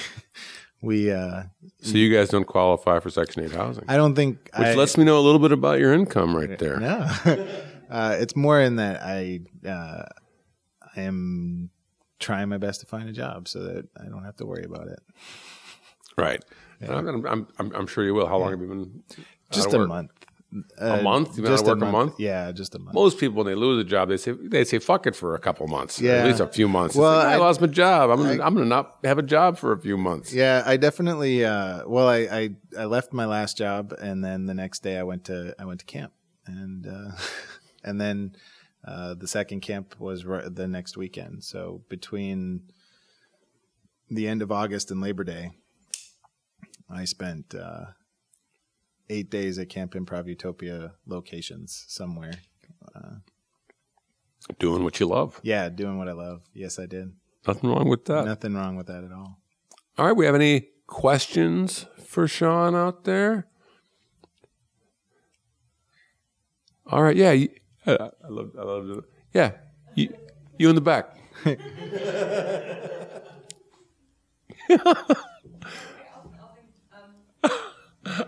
Speaker 2: we uh
Speaker 1: So you guys don't qualify for Section Eight housing,
Speaker 2: I don't think
Speaker 1: which
Speaker 2: I,
Speaker 1: lets me know a little bit about your income right there.
Speaker 2: No, uh, it's more in that I uh, I am trying my best to find a job so that I don't have to worry about it.
Speaker 1: Right. And I'm, gonna- I'm, I'm, I'm sure you will. How long have you been? out
Speaker 2: Just
Speaker 1: of
Speaker 2: a
Speaker 1: work?
Speaker 2: month. Uh,
Speaker 1: A month? You've been out of
Speaker 2: just
Speaker 1: work a month?
Speaker 2: Yeah, just a month.
Speaker 1: Most people, when they lose a job, they say they say fuck it for a couple months,
Speaker 2: Yeah.
Speaker 1: at least a few months. It's
Speaker 2: Well,
Speaker 1: like, I,
Speaker 2: I-
Speaker 1: lost my job. I'm gonna, I, am gonna not have a job for a few months.
Speaker 2: Yeah, I definitely. Uh, well, I, I I left my last job, and then the next day I went to I went to camp, and uh, and then uh, the second camp was ri- the next weekend. So between the end of August and Labor Day, I spent uh, eight days at Camp Improv Utopia locations somewhere.
Speaker 1: Doing what you love.
Speaker 2: Yeah, doing what I love. Yes, I did.
Speaker 1: Nothing wrong with that.
Speaker 2: Nothing wrong with that at all.
Speaker 1: All right. We have any questions for Sean out there? All right. Yeah. you- I, I love. I love. it. Yeah. You, you in the back.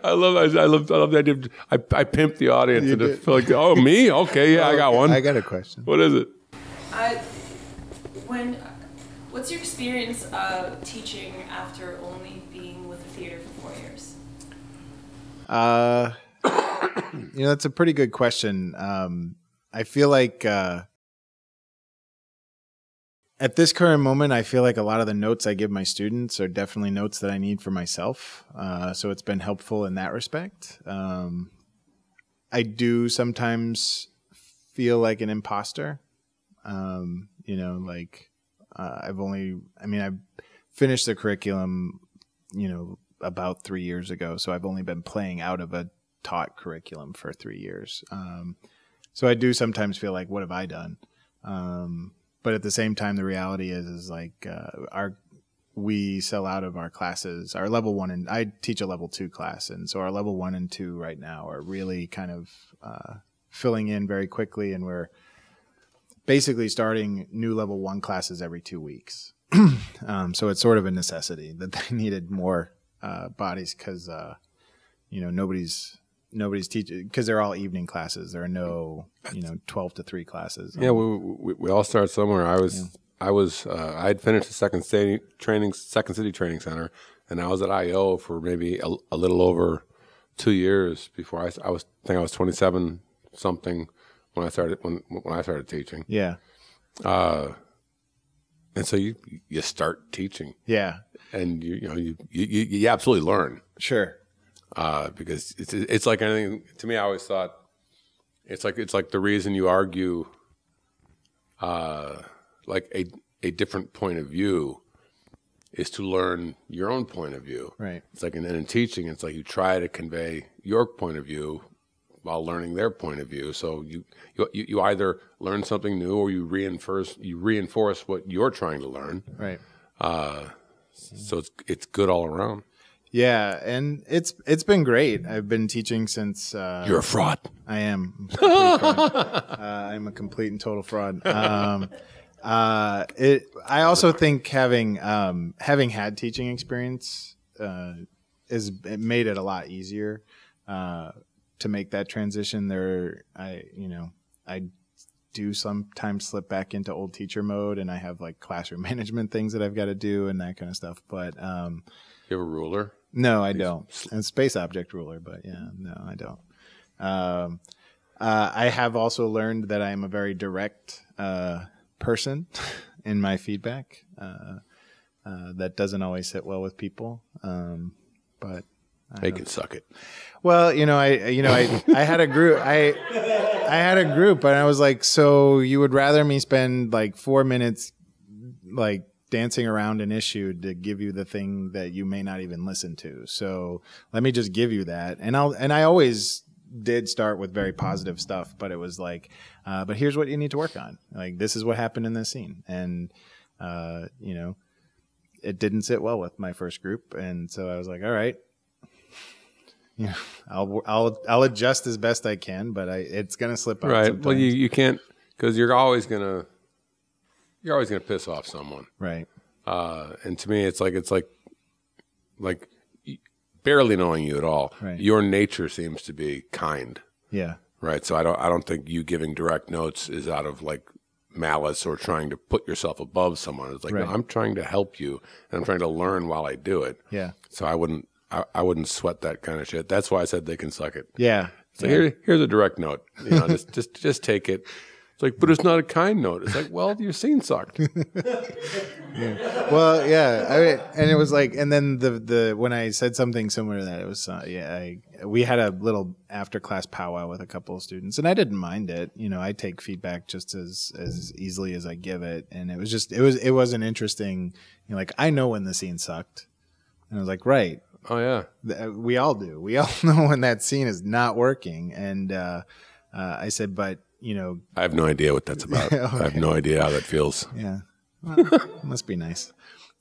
Speaker 1: I love. I, I love. I love the idea. Of, I I pimp the audience and just feel like, oh me, okay, yeah, I got one.
Speaker 2: I got a question.
Speaker 1: what is it?
Speaker 3: I, when, what's your experience uh, teaching after only being with the theater for four years?
Speaker 2: Uh, you know, that's a pretty good question. Um, I feel like uh, at this current moment, I feel like a lot of the notes I give my students are definitely notes that I need for myself. Uh, so it's been helpful in that respect. Um, I do sometimes feel like an imposter. Um, you know, like uh, I've only, I mean, I finished the curriculum you know about three years ago so i've only been playing out of a taught curriculum for three years um, so i do sometimes feel like what have i done um, but at the same time the reality is is like uh, our we sell out of our classes our level one and i teach a level two class and so our level one and two right now are really kind of uh, filling in very quickly and we're basically starting new level one classes every two weeks um, so it's sort of a necessity that they needed more uh, bodies because uh, you know nobody's nobody's teaching because they're all evening classes. There are no you know twelve to three classes.
Speaker 1: Yeah, we, we, we all start somewhere. I was I was uh, I had finished the second city training second city training center, and I was at IO for maybe a, a little over two years before I, s- I was I think I was twenty seven something when I started when when I started teaching,
Speaker 2: yeah,
Speaker 1: and so you you start teaching,
Speaker 2: yeah,
Speaker 1: and you you know you you, you, you absolutely learn.
Speaker 2: sure.
Speaker 1: uh, because it's it's like anything. To me, I always thought it's like it's like the reason you argue, uh, like a a different point of view, is to learn your own point of view.
Speaker 2: Right.
Speaker 1: It's like in, in teaching, it's like you try to convey your point of view while learning their point of view. So you you you either learn something new or you reinforce you reinforce what you're trying to learn.
Speaker 2: Right.
Speaker 1: So it's it's good all around.
Speaker 2: Yeah, and it's it's been great. I've been teaching since uh,
Speaker 1: You're a fraud.
Speaker 2: I am. I'm a complete fraud. Uh, I'm a complete and total fraud. Um, uh, it. I also think having um, having had teaching experience uh, is it made it a lot easier uh, to make that transition. There, I you know I do sometimes slip back into old teacher mode, and I have like classroom management things that I've got to do and that kind of stuff. But um,
Speaker 1: You have a ruler.
Speaker 2: No, I don't. And space object ruler, but yeah, no, I don't. Um, uh, I have also learned that I am a very direct uh, person in my feedback. Uh, uh, that doesn't always sit well with people, um, but
Speaker 1: They can suck it.
Speaker 2: well, you know, I you know, I I had a group I I had a group and I was like, so you would rather me spend like 4 minutes like dancing around an issue to give you the thing that you may not even listen to. So, let me just give you that. And I'll and I always did start with very positive stuff, but it was like uh, but here's what you need to work on. Like this is what happened in this scene and uh, you know, it didn't sit well with my first group and so I was like, all right, yeah, I'll I'll I'll adjust as best I can, but I it's gonna slip out.
Speaker 1: Right. Well, you,
Speaker 2: sometimes.
Speaker 1: you can't because you're always gonna you're always gonna piss off someone.
Speaker 2: right,
Speaker 1: Uh, and to me, it's like it's like like y- barely knowing you at all.
Speaker 2: Right.
Speaker 1: Your nature seems to be kind,
Speaker 2: yeah,
Speaker 1: right? So I don't I don't think you giving direct notes is out of like malice or trying to put yourself above someone. It's like
Speaker 2: Right.
Speaker 1: no, I'm trying to help you and I'm trying to learn while I do it.
Speaker 2: yeah,
Speaker 1: So I wouldn't I, I wouldn't sweat that kind of shit. That's why I said they can suck it.
Speaker 2: yeah,
Speaker 1: So here, here's a direct note. You know, just, just, just take it. It's like, but it's not a kind note. It's like, well, your scene sucked.
Speaker 2: well, yeah. I mean, and it was like, and then the the when I said something similar to that, it was uh, yeah. I, we had a little after class powwow with a couple of students, and I didn't mind it. You know, I take feedback just as as easily as I give it, and it was just it was it was an interesting. You know, like I know when the scene sucked, and I was like, right,
Speaker 1: Oh yeah,
Speaker 2: Th- uh, we all do. We all know when that scene is not working. And uh, uh, I said, but you know,
Speaker 1: I have no idea what that's about. I have no idea how that feels.
Speaker 2: yeah, Well, must be nice.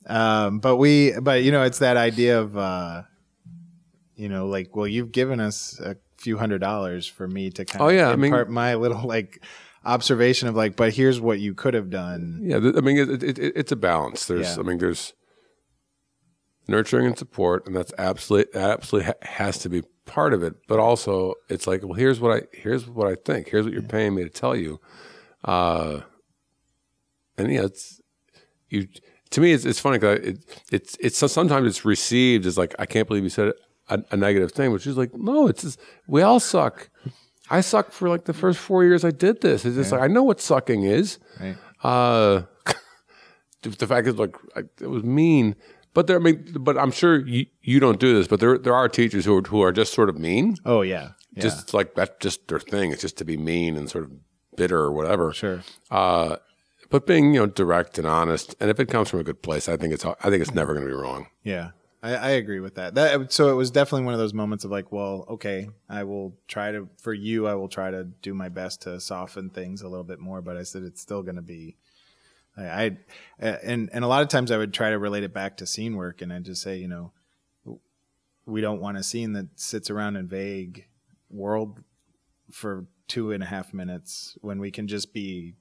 Speaker 2: Um, but we, but you know, it's that idea of, uh, you know, like, well, you've given us a few hundred dollars for me to kind
Speaker 1: Oh,
Speaker 2: of
Speaker 1: yeah, I mean-
Speaker 2: impart my little like observation of like, but here's what you could have done.
Speaker 1: Yeah, th- I mean, it, it, it, it's a balance. There's,
Speaker 2: Yeah.
Speaker 1: I mean, there's nurturing and support, and that's absolutely, absolutely ha- has to be part of it. But also, it's like, well, here's what I, here's what I think. Here's what you're paying me to tell you. Uh, and yeah, it's you. To me, it's, it's funny because it, it's, it's sometimes it's received as like, I can't believe you said a, a negative thing, but she's like, no, it's just, we all suck. I sucked for like the first four years I did this. It's just like I know what sucking is
Speaker 2: Right.
Speaker 1: uh, the fact is, like, I, it was mean. But there, I mean, but I'm sure you, you don't do this, but there there are teachers who are, who are just sort of mean.
Speaker 2: Oh yeah. Yeah.
Speaker 1: Just like that's just their thing. It's just to be mean and sort of bitter or whatever.
Speaker 2: sure.
Speaker 1: Uh, but being you know direct and honest, and if it comes from a good place, I think it's I think it's never going to be wrong.
Speaker 2: Yeah, I, I agree with that. That so it was definitely one of those moments of like, well, okay, I will try to for you, I will try to do my best to soften things a little bit more. But I said it's still going to be. I, I and and a lot of times I would try to relate it back to scene work, and I'd just say, you know, we don't want a scene that sits around in vague world for two and a half minutes when we can just be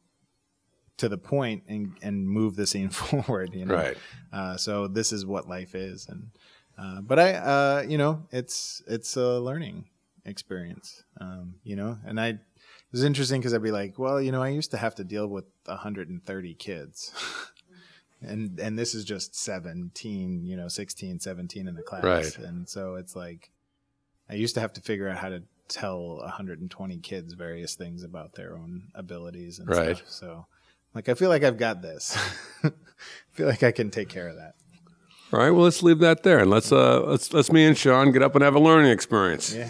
Speaker 2: to the point and and move the scene forward. You know,
Speaker 1: Right.
Speaker 2: uh, so this is what life is, and uh, but I, uh, you know, it's it's a learning experience, um, you know. And I it was interesting because I'd be like, well, you know, I used to have to deal with 130 kids, and and this is just 17, you know, 16, 17 in the class,
Speaker 1: Right.
Speaker 2: and so it's like I used to have to figure out how to tell 120 kids various things about their own abilities and
Speaker 1: Right.
Speaker 2: stuff. So. Like I feel like I've got this. I feel like I can take care of that.
Speaker 1: All right. Well, let's leave that there, and let's uh let's let's me and Sean get up and have a learning experience.
Speaker 2: Yeah.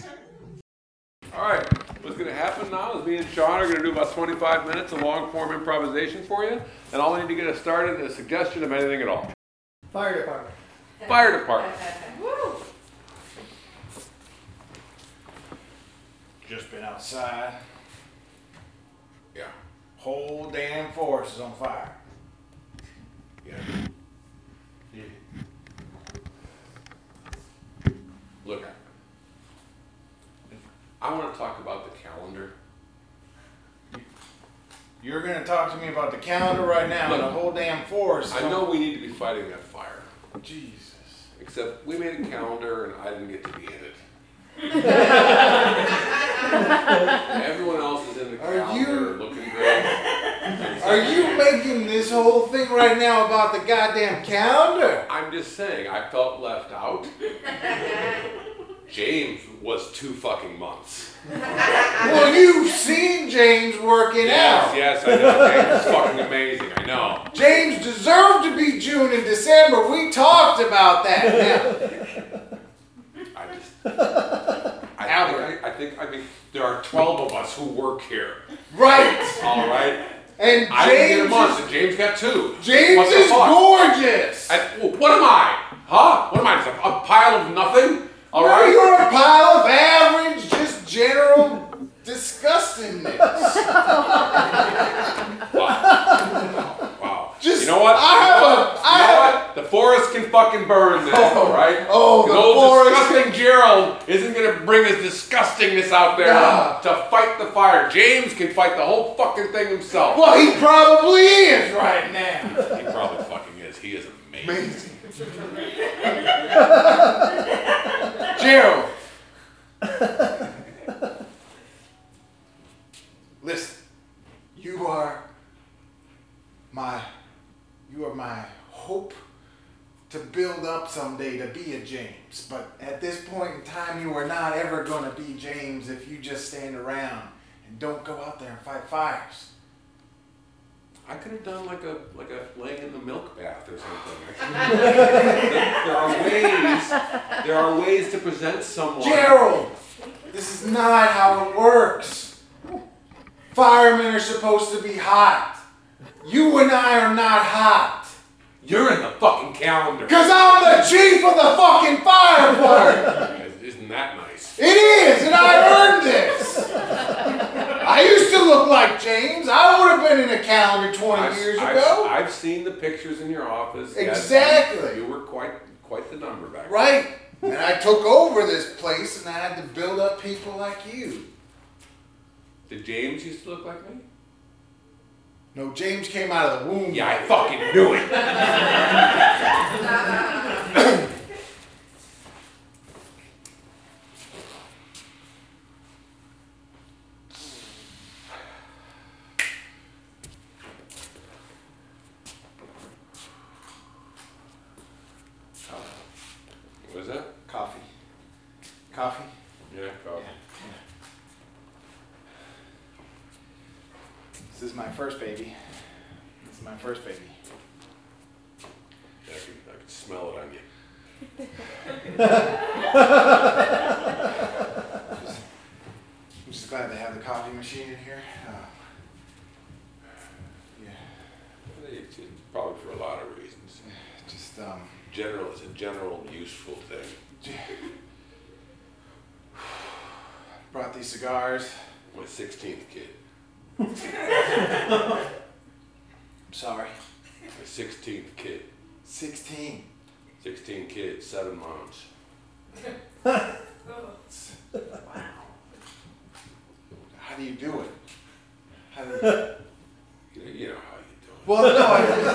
Speaker 1: All right. What's going to happen now is me and Sean are going to do about 25 minutes of long form improvisation for you. And all I need to get us started is a suggestion of anything at all.
Speaker 2: Fire department.
Speaker 1: Fire department.
Speaker 3: Woo!
Speaker 4: Just been outside.
Speaker 1: Yeah.
Speaker 4: Whole damn forest is on fire.
Speaker 1: Yeah. Look, I want to talk about the calendar.
Speaker 4: You're gonna talk to me about the calendar right now and the
Speaker 1: Look.
Speaker 4: whole damn forest. is
Speaker 1: I
Speaker 4: on-
Speaker 1: know we need to be fighting that fire,
Speaker 4: Jesus.
Speaker 1: except we made a calendar and I didn't get to be in it. Everyone else is in the
Speaker 4: Are you-
Speaker 1: calendar looking great.
Speaker 4: Are you making this whole thing right now about the goddamn calendar?
Speaker 1: I'm just saying, I felt left out. James was two fucking months.
Speaker 4: Well, you've seen James working
Speaker 1: Yes,
Speaker 4: out.
Speaker 1: yes, I know. James is fucking amazing. I know.
Speaker 4: James deserved to be June and December. We talked about that. Now,
Speaker 1: I just. I think, I think I think there are 12 of us who work here.
Speaker 4: right?
Speaker 1: All right.
Speaker 4: And
Speaker 1: I didn't get a
Speaker 4: James,
Speaker 1: month,
Speaker 4: is,
Speaker 1: and James got two.
Speaker 4: James
Speaker 1: What the
Speaker 4: is
Speaker 1: fuck?
Speaker 4: gorgeous.
Speaker 1: I- well, oh, what am I? Huh? What am I? just A, a pile of nothing? All
Speaker 4: Well,
Speaker 1: right.
Speaker 4: you're a pile of average, just general disgustingness.
Speaker 1: Wow.
Speaker 4: Just-
Speaker 1: you know what?
Speaker 4: I have
Speaker 1: you know
Speaker 4: a-
Speaker 1: what?
Speaker 4: I
Speaker 1: you know
Speaker 4: have-
Speaker 1: what? The forest can fucking burn then, all right?
Speaker 4: oh,
Speaker 1: Because
Speaker 4: the
Speaker 1: old
Speaker 4: forest
Speaker 1: disgusting Gerald isn't gonna bring his disgustingness out there
Speaker 4: Nah.
Speaker 1: to fight the fire. James can fight the whole fucking thing himself.
Speaker 4: Well, he probably is right now.
Speaker 1: He probably fucking is. He is amazing.
Speaker 4: Amazing. Gerald. Listen, you are my you are my hope to build up someday to be a James. But at this point in time you are not ever gonna be James if you just stand around and don't go out there and fight fires.
Speaker 1: I could have done like a like a laying in the milk bath or something. there, there are ways. There are ways to present someone.
Speaker 4: Gerald, this is not how it works. Firemen are supposed to be hot. You and I are not hot.
Speaker 1: You're in the fucking calendar.
Speaker 4: Cause I'm the chief of the fucking fire department.
Speaker 1: Isn't that nice?
Speaker 4: It is, and I earned this. I used to look like James. I would have been in a calendar 20
Speaker 1: I've,
Speaker 4: years
Speaker 1: I've-
Speaker 4: ago.
Speaker 1: I've seen the pictures in your office. Yes,
Speaker 4: Exactly.
Speaker 1: you were quite quite the number back. then.
Speaker 4: right. And I took over this place and I had to build up people like you.
Speaker 1: Did James used to look like me?
Speaker 4: No, James came out of the womb.
Speaker 1: Yeah, I fucking knew it. What is that? Oh,
Speaker 4: Coffee. Coffee?
Speaker 1: Yeah, coffee.
Speaker 4: This is my first baby. This is my first baby.
Speaker 1: I could, I could smell it on you.
Speaker 4: I'm just glad they have the coffee machine in here. Um, yeah,
Speaker 1: It's it's probably for a lot of reasons.
Speaker 4: just um,
Speaker 1: General is a general useful thing.
Speaker 4: brought these cigars.
Speaker 1: My 16th kid,
Speaker 4: I'm sorry.
Speaker 1: my 16th kid,
Speaker 4: 16.
Speaker 1: 16 kids, seven moms.
Speaker 4: How do you do it? How do you...
Speaker 1: You know, you know how you do it.
Speaker 4: Well, no, I.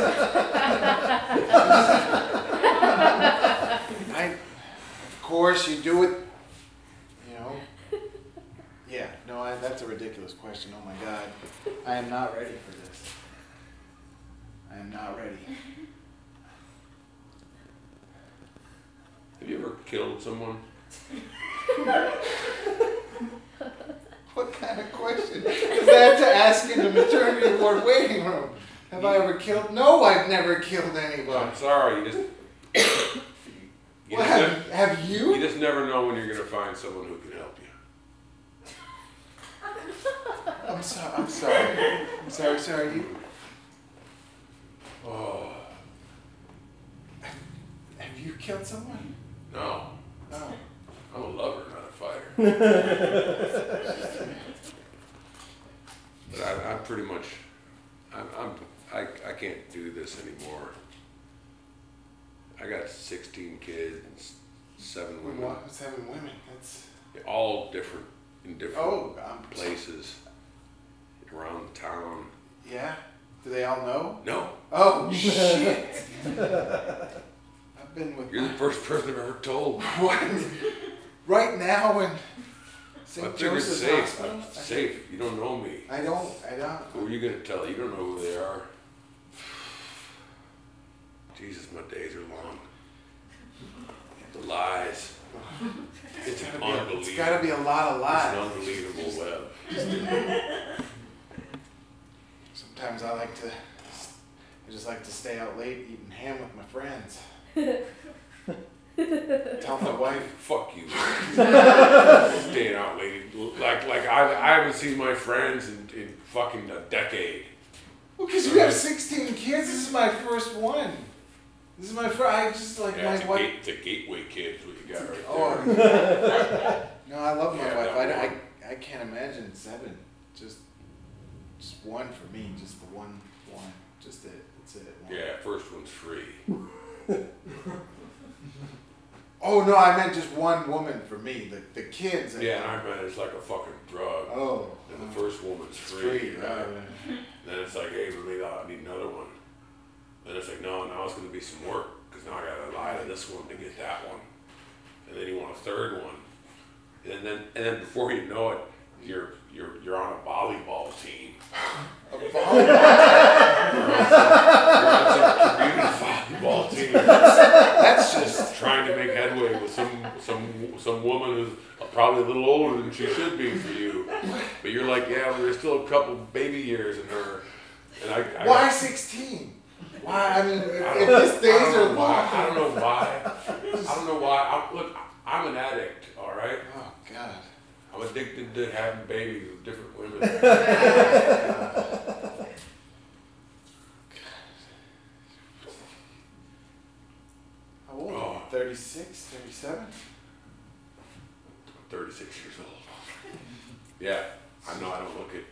Speaker 4: I, of course, you do it. You know. Yeah. No, I, that's a ridiculous question. Oh my God, I am not ready for this. I am not ready.
Speaker 1: Have you ever killed someone?
Speaker 4: What kind of question is that to ask in the maternity ward waiting room? Have I ever killed? No, I've never killed anybody.
Speaker 1: I'm sorry, you just. You
Speaker 4: Well,
Speaker 1: just,
Speaker 4: have,
Speaker 1: nev-
Speaker 4: have
Speaker 1: you
Speaker 4: you?
Speaker 1: just never know when you're going to find someone who can help you.
Speaker 4: I'm sorry. I'm sorry. I'm sorry. Sorry. You.
Speaker 1: Oh,
Speaker 4: Have you killed someone?
Speaker 1: no.
Speaker 4: No.
Speaker 1: I'm a lover, not a fighter. but I, I'm pretty much, I'm, I'm I, I can't do this anymore. I got 16 kids, and s- seven
Speaker 4: We
Speaker 1: women,
Speaker 4: want seven women. That's
Speaker 1: all different in different
Speaker 4: oh, um,
Speaker 1: places around town.
Speaker 4: yeah. Do they all know?
Speaker 1: No,
Speaker 4: Oh shit! I've been with
Speaker 1: you're the first person I've ever told.
Speaker 4: what? Right now, when
Speaker 5: I
Speaker 4: St.
Speaker 5: figured
Speaker 4: Joseph's
Speaker 5: safe.
Speaker 4: Hospital?
Speaker 5: I'm safe. You don't know me.
Speaker 4: I don't, I don't.
Speaker 5: Who are you gonna tell? You don't know who they are. Jesus, my days are long. The lies. It's an unbelievable.
Speaker 4: It's gotta be a lot of
Speaker 5: it's an
Speaker 4: lies.
Speaker 5: unbelievable web.
Speaker 4: Sometimes I like to, I just like to stay out late eating ham with my friends. Tell my wife,
Speaker 5: Fuck you. Staying out late. Like like I I haven't seen my friends in, in fucking a decade.
Speaker 4: well, because you have 16 kids, this is my first one. This is my first, I just like
Speaker 5: Yeah, it's
Speaker 4: my
Speaker 5: a,
Speaker 4: wife.
Speaker 5: gate, it's a gateway kid. is What you got right
Speaker 4: Oh,
Speaker 5: there.
Speaker 4: no, I love my
Speaker 5: Yeah,
Speaker 4: wife.
Speaker 5: that
Speaker 4: I,
Speaker 5: one.
Speaker 4: I, I can't imagine seven. Just, just one for me. Just the one, one. Just it. That's it. One.
Speaker 5: Yeah, first one's free.
Speaker 4: Oh no, I meant just one woman for me. The the kids. I-
Speaker 5: Yeah, and I mean it's like a fucking drug.
Speaker 4: Oh.
Speaker 5: And the first woman's free.
Speaker 4: Three.
Speaker 5: you know?
Speaker 4: Uh,
Speaker 5: Then it's like, hey, maybe I need another one. Then it's like, no, now it's going to be some work because now I got to lie to this one to get that one. And then you want a third one. And then and then before you know it, you're you're you're on a volleyball team.
Speaker 4: a volleyball.
Speaker 5: You're on some community volleyball team. That's just trying to make headway with some some some woman who's probably a little older than she should be for you. But you're like, yeah, well, there's still a couple baby years in her. And I, I
Speaker 4: Why sixteen? Why? I mean,
Speaker 5: I
Speaker 4: if,
Speaker 5: don't-
Speaker 4: if these
Speaker 5: I don't
Speaker 4: days
Speaker 5: know
Speaker 4: are
Speaker 5: why. I
Speaker 4: long.
Speaker 5: don't know why. I don't know why. I, look, I'm an addict. All right,
Speaker 4: Oh God.
Speaker 5: I'm addicted to having babies with different women. It's
Speaker 4: How old? Are you?
Speaker 5: Oh.
Speaker 4: 36, 37?
Speaker 5: 36 years old. Yeah, I know. I don't look it.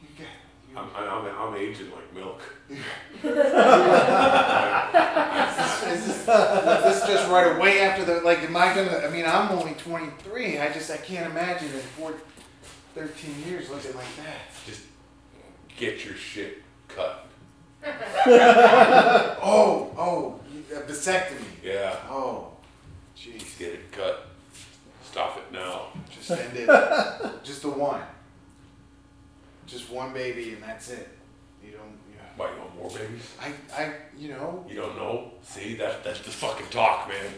Speaker 4: You got. You,
Speaker 5: I'm, I'm, I'm, I'm aging like milk.
Speaker 4: is, this, was this just right away after the like? Am I gonna? I mean, I'm only 23. I just I can't imagine in four, 13 years looking like that.
Speaker 5: Just get your shit cut.
Speaker 4: Oh, oh, you- a vasectomy.
Speaker 5: Yeah,
Speaker 4: Oh, jeez.
Speaker 5: just get it cut. Stop it now.
Speaker 4: Just end it. just the one. Just one baby, and that's it. You don't. You know,
Speaker 5: Why you want more babies?
Speaker 4: I, I, you know.
Speaker 5: You don't know. See, that that's the fucking talk, man.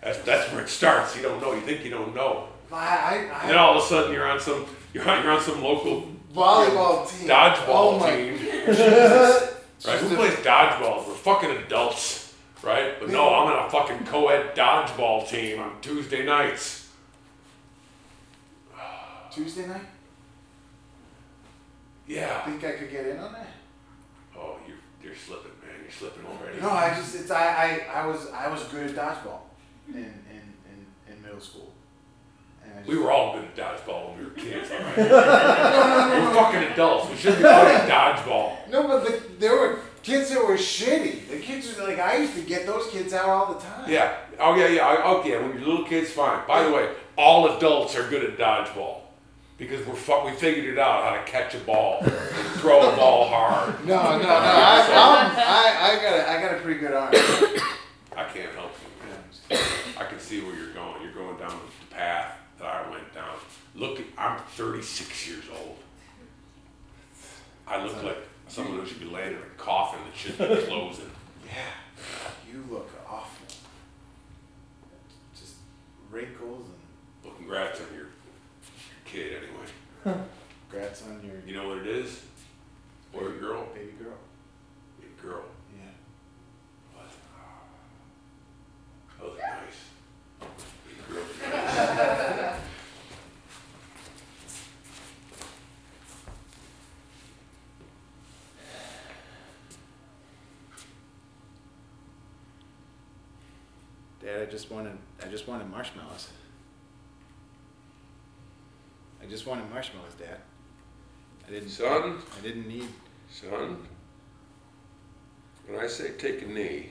Speaker 5: That's that's where it starts. You don't know. You think you don't know.
Speaker 4: I, I, I
Speaker 5: And then all of a sudden you're on some you're on, you're on some local
Speaker 4: volleyball team.
Speaker 5: dodgeball
Speaker 4: oh my,
Speaker 5: team. right? Who plays dodgeball? We're fucking adults, right? But no, I'm on a fucking co-ed dodgeball team on Tuesday nights.
Speaker 4: Tuesday night.
Speaker 5: Yeah.
Speaker 4: Think I could get in on that?
Speaker 5: Oh, you're you're slipping, man. You're slipping already.
Speaker 4: No, I just it's I, I, I was I was good at dodgeball in in, in, in middle school. And I just,
Speaker 5: We were all good at dodgeball when we were kids, all right? we're fucking adults. We shouldn't be playing dodgeball.
Speaker 4: No, but the, there were kids that were shitty. The kids were like I used to get those kids out all the time.
Speaker 5: Yeah. Oh yeah, yeah. I- Okay. When you're little kids, fine. By the way, all adults are good at dodgeball because we're fu- we figured it out how to catch a ball, and throw a ball hard.
Speaker 4: No, no, no. I, I'm, I, I got a, I got a pretty good arm.
Speaker 5: I can't help you, man. I can see where you're going. You're going down the path that I went down. Look, I'm 36 years old. I look like someone who should be laying in a coffin that should be closing.
Speaker 4: Yeah, you look awful. Just wrinkles and
Speaker 5: Well, congrats on your kid, anyway.
Speaker 4: congrats on your
Speaker 5: You know what it is? Boy or girl?
Speaker 4: baby girl.
Speaker 5: Girl.
Speaker 4: Yeah.
Speaker 5: What? That
Speaker 1: Oh,
Speaker 5: was nice. Girl.
Speaker 4: Dad, I just wanted, I just wanted marshmallows. I just wanted marshmallows, Dad. I didn't.
Speaker 5: Son?
Speaker 4: I didn't need.
Speaker 5: Son, when I say take a knee,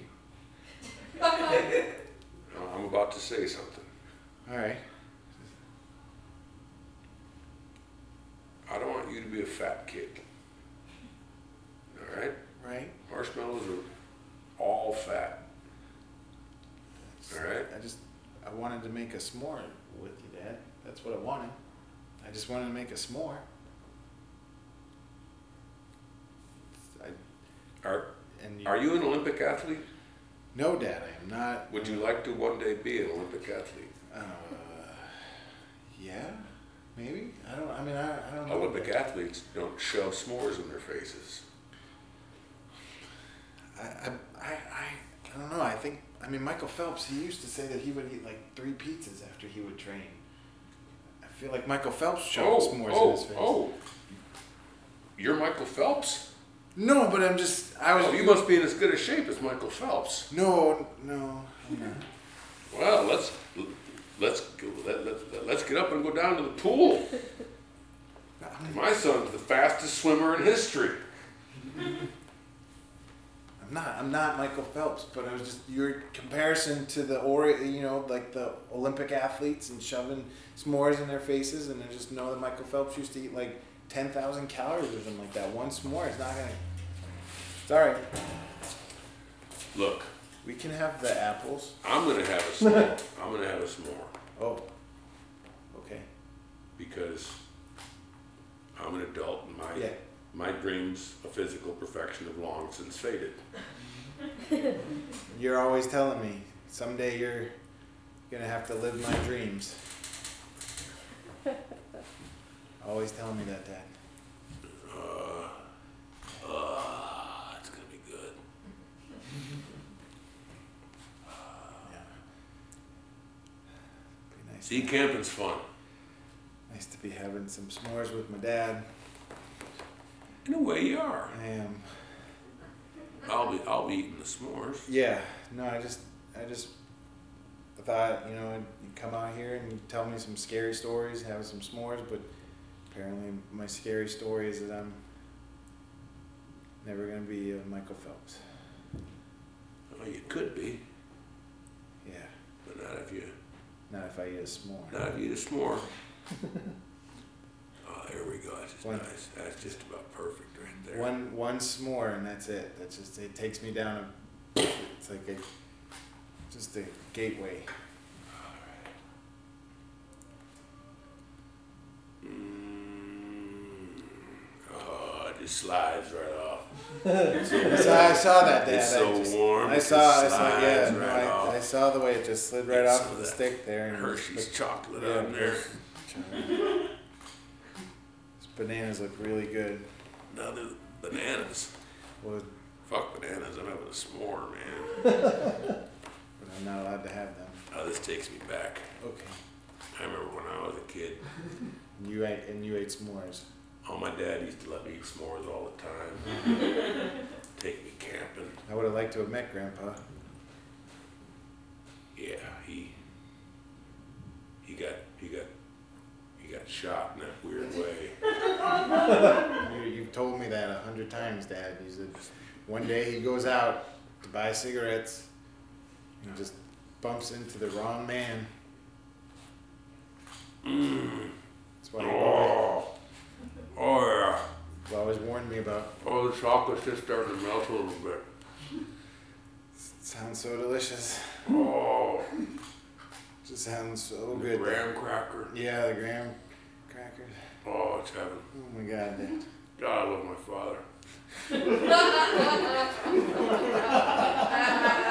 Speaker 5: I'm about to say something.
Speaker 4: All right.
Speaker 5: I don't want you to be a fat kid. All right?
Speaker 4: Right.
Speaker 5: Marshmallows are all fat. All right?
Speaker 4: I just, I wanted to make a s'more with you, Dad. That's what I wanted. I just wanted to make a s'more. I,
Speaker 1: Are,
Speaker 4: and
Speaker 1: are you an Olympic athlete?
Speaker 4: No, Dad, I am not.
Speaker 1: Would you
Speaker 5: Mm.
Speaker 1: like to one day be an Olympic athlete?
Speaker 4: Uh, yeah, maybe. I don't. I mean, I, I don't know.
Speaker 1: Olympic athletes don't shove s'mores in their faces.
Speaker 4: I, I, I, I, I don't know. I think. I mean, Michael Phelps. He used to say that he would eat like three pizzas after he would train. I feel like Michael Phelps
Speaker 1: Oh,
Speaker 4: shows s'mores
Speaker 1: oh,
Speaker 4: in his face.
Speaker 1: oh. You're Michael Phelps?
Speaker 4: No, but I'm just. I was.
Speaker 1: Oh, you must be in as good a shape as Michael Phelps.
Speaker 4: No, no. I'm not.
Speaker 1: Well, let's let's go, let, let, let's get up and go down to the pool. My son's the fastest swimmer in history.
Speaker 4: I'm not. I'm not Michael Phelps, but I was just your comparison to the or you know like the Olympic athletes and shoving s'mores in their faces, and I just know that Michael Phelps used to eat like ten thousand calories or something like that. One s'more is not gonna. It's all right.
Speaker 1: Look,
Speaker 4: We can have the apples.
Speaker 1: I'm gonna have a s'more. I'm gonna have a s'more
Speaker 4: Oh. Okay.
Speaker 1: because I'm an adult and my
Speaker 4: Yeah.
Speaker 1: my dreams of physical perfection have long since faded.
Speaker 4: You're always telling me someday you're gonna have to live my dreams. always telling me that, Dad.
Speaker 1: Ah, it's gonna be good.
Speaker 4: Pretty nice.
Speaker 1: See, camping's fun.
Speaker 4: Nice to be having some s'mores with my dad.
Speaker 1: In a way, you are.
Speaker 4: I am.
Speaker 1: I'll be I'll be eating the s'mores.
Speaker 4: Yeah. No, I just, I just thought, you know, I'd- you'd come out here and you'd tell me some scary stories, have some s'mores, but apparently my scary story is that I'm never gonna be uh, Michael Phelps.
Speaker 1: Well, Oh, you could be,
Speaker 4: Yeah.
Speaker 1: but not if you
Speaker 4: Not if I eat a s'more.
Speaker 1: not if you eat a s'more. Ah, there we go. That's just
Speaker 4: One-
Speaker 1: nice. That's just about perfect right there.
Speaker 4: One one s'more and that's it. That's just it takes me down a. It's like a, just a gateway.
Speaker 1: Mm, oh, it just slides right off.
Speaker 4: So I saw that, Dad.
Speaker 1: It's
Speaker 4: I
Speaker 1: so
Speaker 4: just-
Speaker 1: warm,
Speaker 4: I
Speaker 1: it
Speaker 4: saw,
Speaker 1: just
Speaker 4: I saw, yeah,
Speaker 1: slides
Speaker 4: no,
Speaker 1: right off.
Speaker 4: I, I saw the way it just slid right
Speaker 1: It's
Speaker 4: off
Speaker 1: so
Speaker 4: of the
Speaker 1: that
Speaker 4: stick there. And
Speaker 1: Hershey's chocolate
Speaker 4: yeah,
Speaker 1: on there.
Speaker 4: Those bananas look really good.
Speaker 1: Another bananas.
Speaker 4: Well,
Speaker 1: Fuck bananas. I'm having a s'more, man.
Speaker 4: but I'm not allowed to have them.
Speaker 1: Oh, this takes me back.
Speaker 4: Okay.
Speaker 1: I remember when I was a kid.
Speaker 4: And you ate and you ate s'mores.
Speaker 1: Oh, my dad used to let me eat s'mores all the time. Take me camping.
Speaker 4: I would have liked to have met Grandpa.
Speaker 1: Yeah, he he got he got he got shot in that weird way.
Speaker 4: You, you've told me that a hundred times, Dad. You said one day he goes out to buy cigarettes and just bumps into the wrong man. That's why you always,
Speaker 1: Mm. Oh, oh yeah.
Speaker 4: you always warned me about.
Speaker 1: Oh, the chocolate's just starting to melt a little bit.
Speaker 4: Sounds so delicious.
Speaker 1: Oh,
Speaker 4: Just sounds so
Speaker 1: the
Speaker 4: good.
Speaker 1: graham cracker.
Speaker 4: Yeah, the graham crackers.
Speaker 1: Oh, it's heaven.
Speaker 4: Oh my god, Dad.
Speaker 1: God, I love my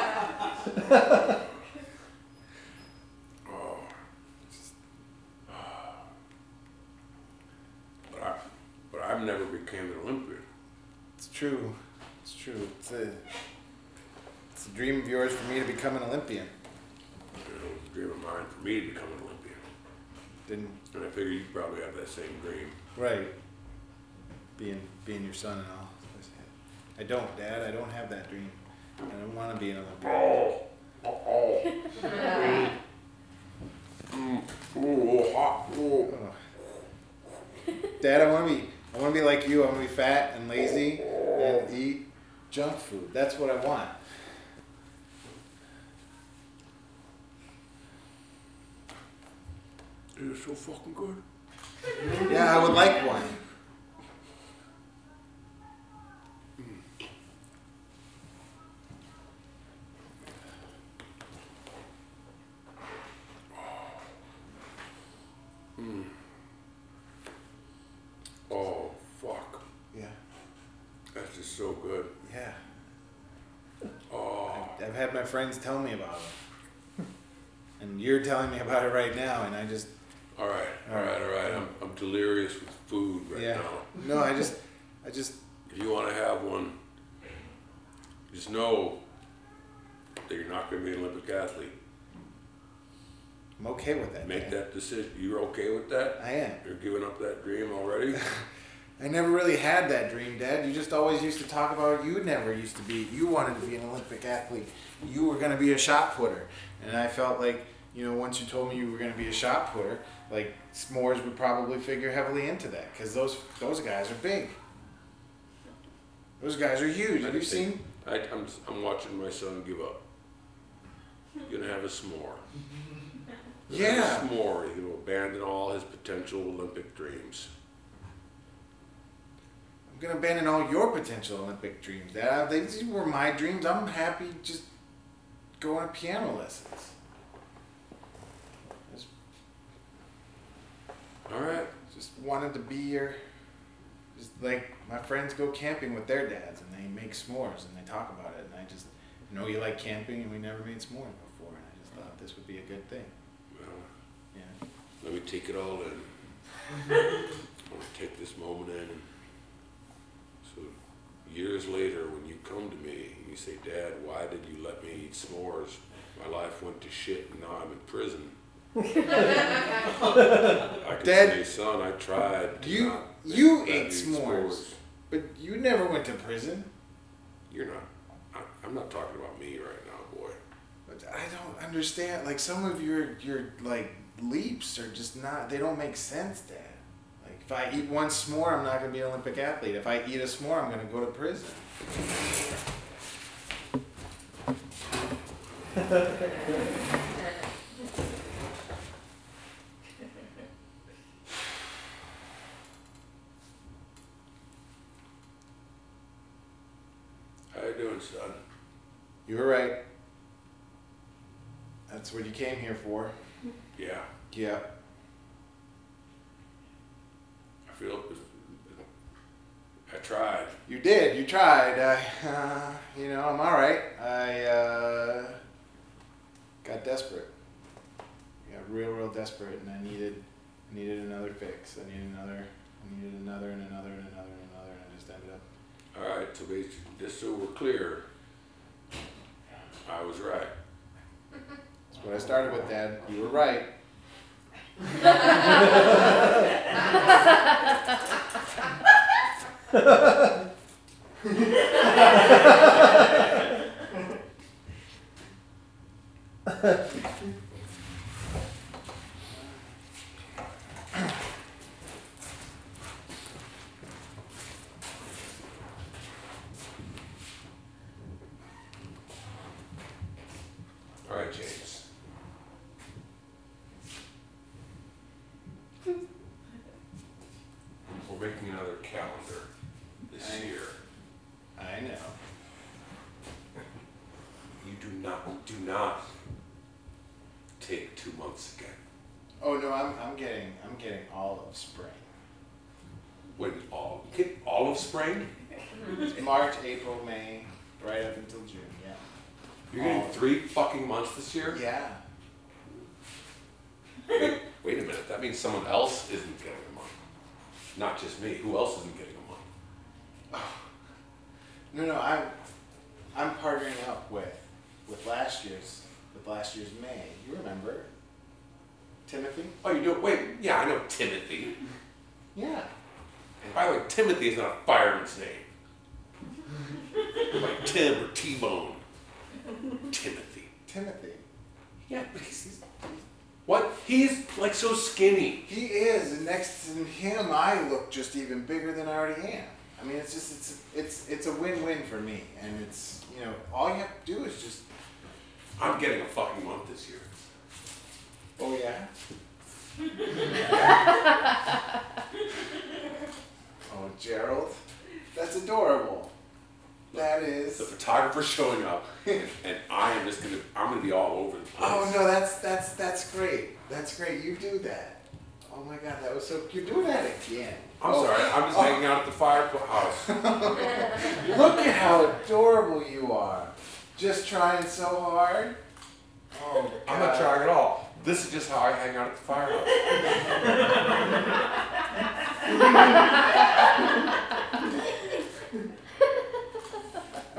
Speaker 1: father. oh. ah. But I, but I've never became an Olympian.
Speaker 4: It's true. It's true. It's a, it's a dream of yours for me to become an Olympian.
Speaker 1: You know, it was a dream of mine for me to become an Olympian.
Speaker 4: Didn't
Speaker 1: And I figure you probably have that same dream.
Speaker 4: right. Being being your son and all. I don't, Dad. I don't have that dream. I don't want to be an Olympian.
Speaker 1: Oh, oh, oh. Mm, ooh, hot, ooh.
Speaker 4: Dad, I want to be. I want to be like you. I want to be fat and lazy and eat junk food. That's what I want.
Speaker 1: It is so fucking good.
Speaker 4: Yeah, I would like one.
Speaker 1: It's just so good.
Speaker 4: Yeah.
Speaker 1: Oh,
Speaker 4: I've had my friends tell me about it. And you're telling me about it right now, and I just,
Speaker 1: all right, all right, all right. I'm, I'm delirious with food right
Speaker 4: yeah.
Speaker 1: now.
Speaker 4: No, I just, I just,
Speaker 1: If you want to have one, just know that you're not going to be an Olympic athlete.
Speaker 4: I'm okay with that.
Speaker 1: Make
Speaker 4: man.
Speaker 1: that decision. You're okay with that?
Speaker 4: I am.
Speaker 1: You're giving up that dream already?
Speaker 4: I never really had that dream, Dad. You just always used to talk about you never used to be. You wanted to be an Olympic athlete. You were going to be a shot putter. And I felt like, you know, once you told me you were going to be a shot putter, like S'mores would probably figure heavily into that because those those guys are big. Those guys are huge. Have you seen?
Speaker 1: I, I'm, I'm watching my son give up. You're going to have a s'more. You're gonna have
Speaker 4: Yeah.
Speaker 1: A s'more. He'll abandon all his potential Olympic dreams.
Speaker 4: I'm going to abandon all your potential Olympic dreams, Dad. They, these were my dreams. I'm happy just going to piano lessons. That's
Speaker 1: All right.
Speaker 4: just wanted to be your just like my friends go camping with their dads and they make s'mores and they talk about it and I just I know you like camping and we never made s'mores before and I just thought this would be a good thing.
Speaker 1: Well,
Speaker 4: Yeah.
Speaker 1: let me take it all in. I want to take this moment in. So, years later, when you come to me and you say, Dad, why did you let me eat s'mores? My life went to shit and now I'm in prison. I can
Speaker 4: Dad,
Speaker 1: say, son, I tried. to
Speaker 4: you-
Speaker 1: not
Speaker 4: you
Speaker 1: let
Speaker 4: ate s'mores." But you never went to prison.
Speaker 1: You're not. I, I'm not talking about me right now, boy.
Speaker 4: But I don't understand like some of your your like leaps are just not they don't make sense, Dad. Like if I eat one s'more I'm not gonna be an Olympic athlete. If I eat a s'more I'm gonna go to prison.
Speaker 1: How you doing, son?
Speaker 4: You were right. That's what you came here for.
Speaker 1: Yeah,
Speaker 4: Yeah.
Speaker 1: I feel. I tried.
Speaker 4: You did. You tried. I, uh, you know, I'm all right. I uh, got desperate. I got real, real desperate, and I needed, I needed another fix. I needed another. I needed another and another and another and another, and I just ended up.
Speaker 1: All right, so basically, just so we're clear, I was right.
Speaker 4: That's what I started with, Dad. You were right.
Speaker 1: All right, James. We're making another calendar this year.
Speaker 4: I know.
Speaker 1: You do not, do not take two months again.
Speaker 4: Oh no, I'm, I'm getting, I'm getting all of spring.
Speaker 1: When all, get all of spring?
Speaker 4: It's March, April, May, right up until June. Yeah.
Speaker 1: You're getting three fucking months this year?
Speaker 4: Yeah.
Speaker 1: Wait, wait a minute, that means someone else isn't getting a month. Not just me, who else isn't getting a month?
Speaker 4: No, no, I'm I'm partnering up with with last year's with last year's May. You remember Timothy?
Speaker 1: Oh, you do, wait, yeah, I know Timothy.
Speaker 4: Yeah.
Speaker 1: And by the way, Timothy is not a fireman's name. like Tim or T-Bone. Timothy.
Speaker 4: Timothy.
Speaker 1: Yeah, but he's, he's what? He's like so skinny.
Speaker 4: He is, and next to him I look just even bigger than I already am. I mean it's just it's it's it's a win win for me and it's you know, all you have to do is just
Speaker 1: I'm getting a fucking month this year.
Speaker 4: oh yeah. oh Gerald. That's adorable. That is
Speaker 1: The photographer's showing up, and I am just gonna I'm gonna be all over the place.
Speaker 4: Oh no, that's that's that's great. That's great. You do that. Oh my god, that was so cute. Do that again. Oh,
Speaker 5: I'm sorry, I'm just hanging out at the oh. firehouse.
Speaker 4: Look at how adorable you are. Just trying so hard.
Speaker 5: Oh, I'm not trying at all. This is just how I hang out at the firehouse.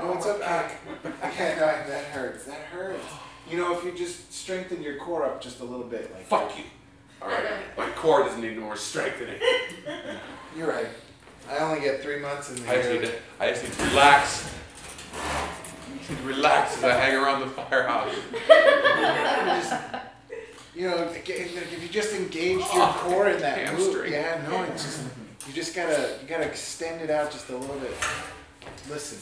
Speaker 4: Oh, it's okay. I can't. I- That hurts. That hurts. You know, if you just strengthen your core up just a little bit, like
Speaker 5: Fuck you. All right, my core doesn't need more strengthening.
Speaker 4: you're right. I only get three months in the
Speaker 5: I just need
Speaker 4: year.
Speaker 5: to, I just need to relax. I need to relax as I hang around the firehouse.
Speaker 4: You know, if if you just engaged your
Speaker 5: Oh,
Speaker 4: core in that move,
Speaker 5: hamstring.
Speaker 4: yeah, no, it's just you just gotta you gotta extend it out just a little bit. Listen,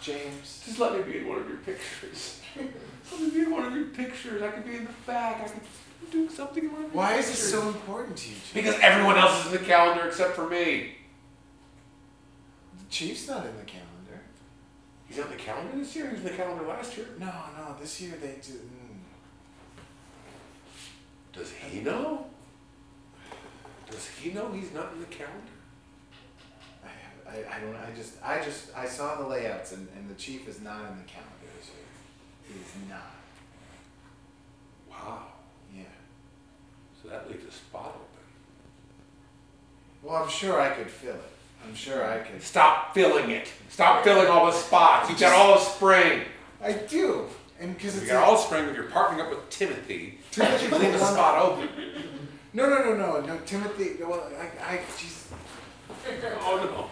Speaker 4: James.
Speaker 5: Just let me be in one of your pictures. Let me be in one of your pictures. I could be in the back. I could do something in one of your
Speaker 4: Why is this
Speaker 5: pictures.
Speaker 4: so important to you, James?
Speaker 5: Because everyone else is in the calendar except for me.
Speaker 4: The Chief's not in the calendar.
Speaker 5: He's on the calendar this year. He was in the calendar last year.
Speaker 4: No, no, this year they do. Mm.
Speaker 5: Does he know? Does he know he's not in the calendar?
Speaker 4: I, I, I don't. I just, I just, I saw the layouts, and, and the chief is not in the calendar this year. He is not.
Speaker 5: Wow.
Speaker 4: Yeah.
Speaker 5: So that leaves a spot open.
Speaker 4: Well, I'm sure I could fill it. I'm sure I could.
Speaker 5: Stop filling it. Stop filling all the spots. You got all of spring.
Speaker 4: I do, and because
Speaker 5: You
Speaker 4: it's
Speaker 5: got all of spring if you're partnering up with Timothy.
Speaker 4: Timothy
Speaker 5: Leave the
Speaker 4: won-
Speaker 5: spot open.
Speaker 4: No, no, no, no, no, Timothy. Well, I, I, jeez,
Speaker 5: Oh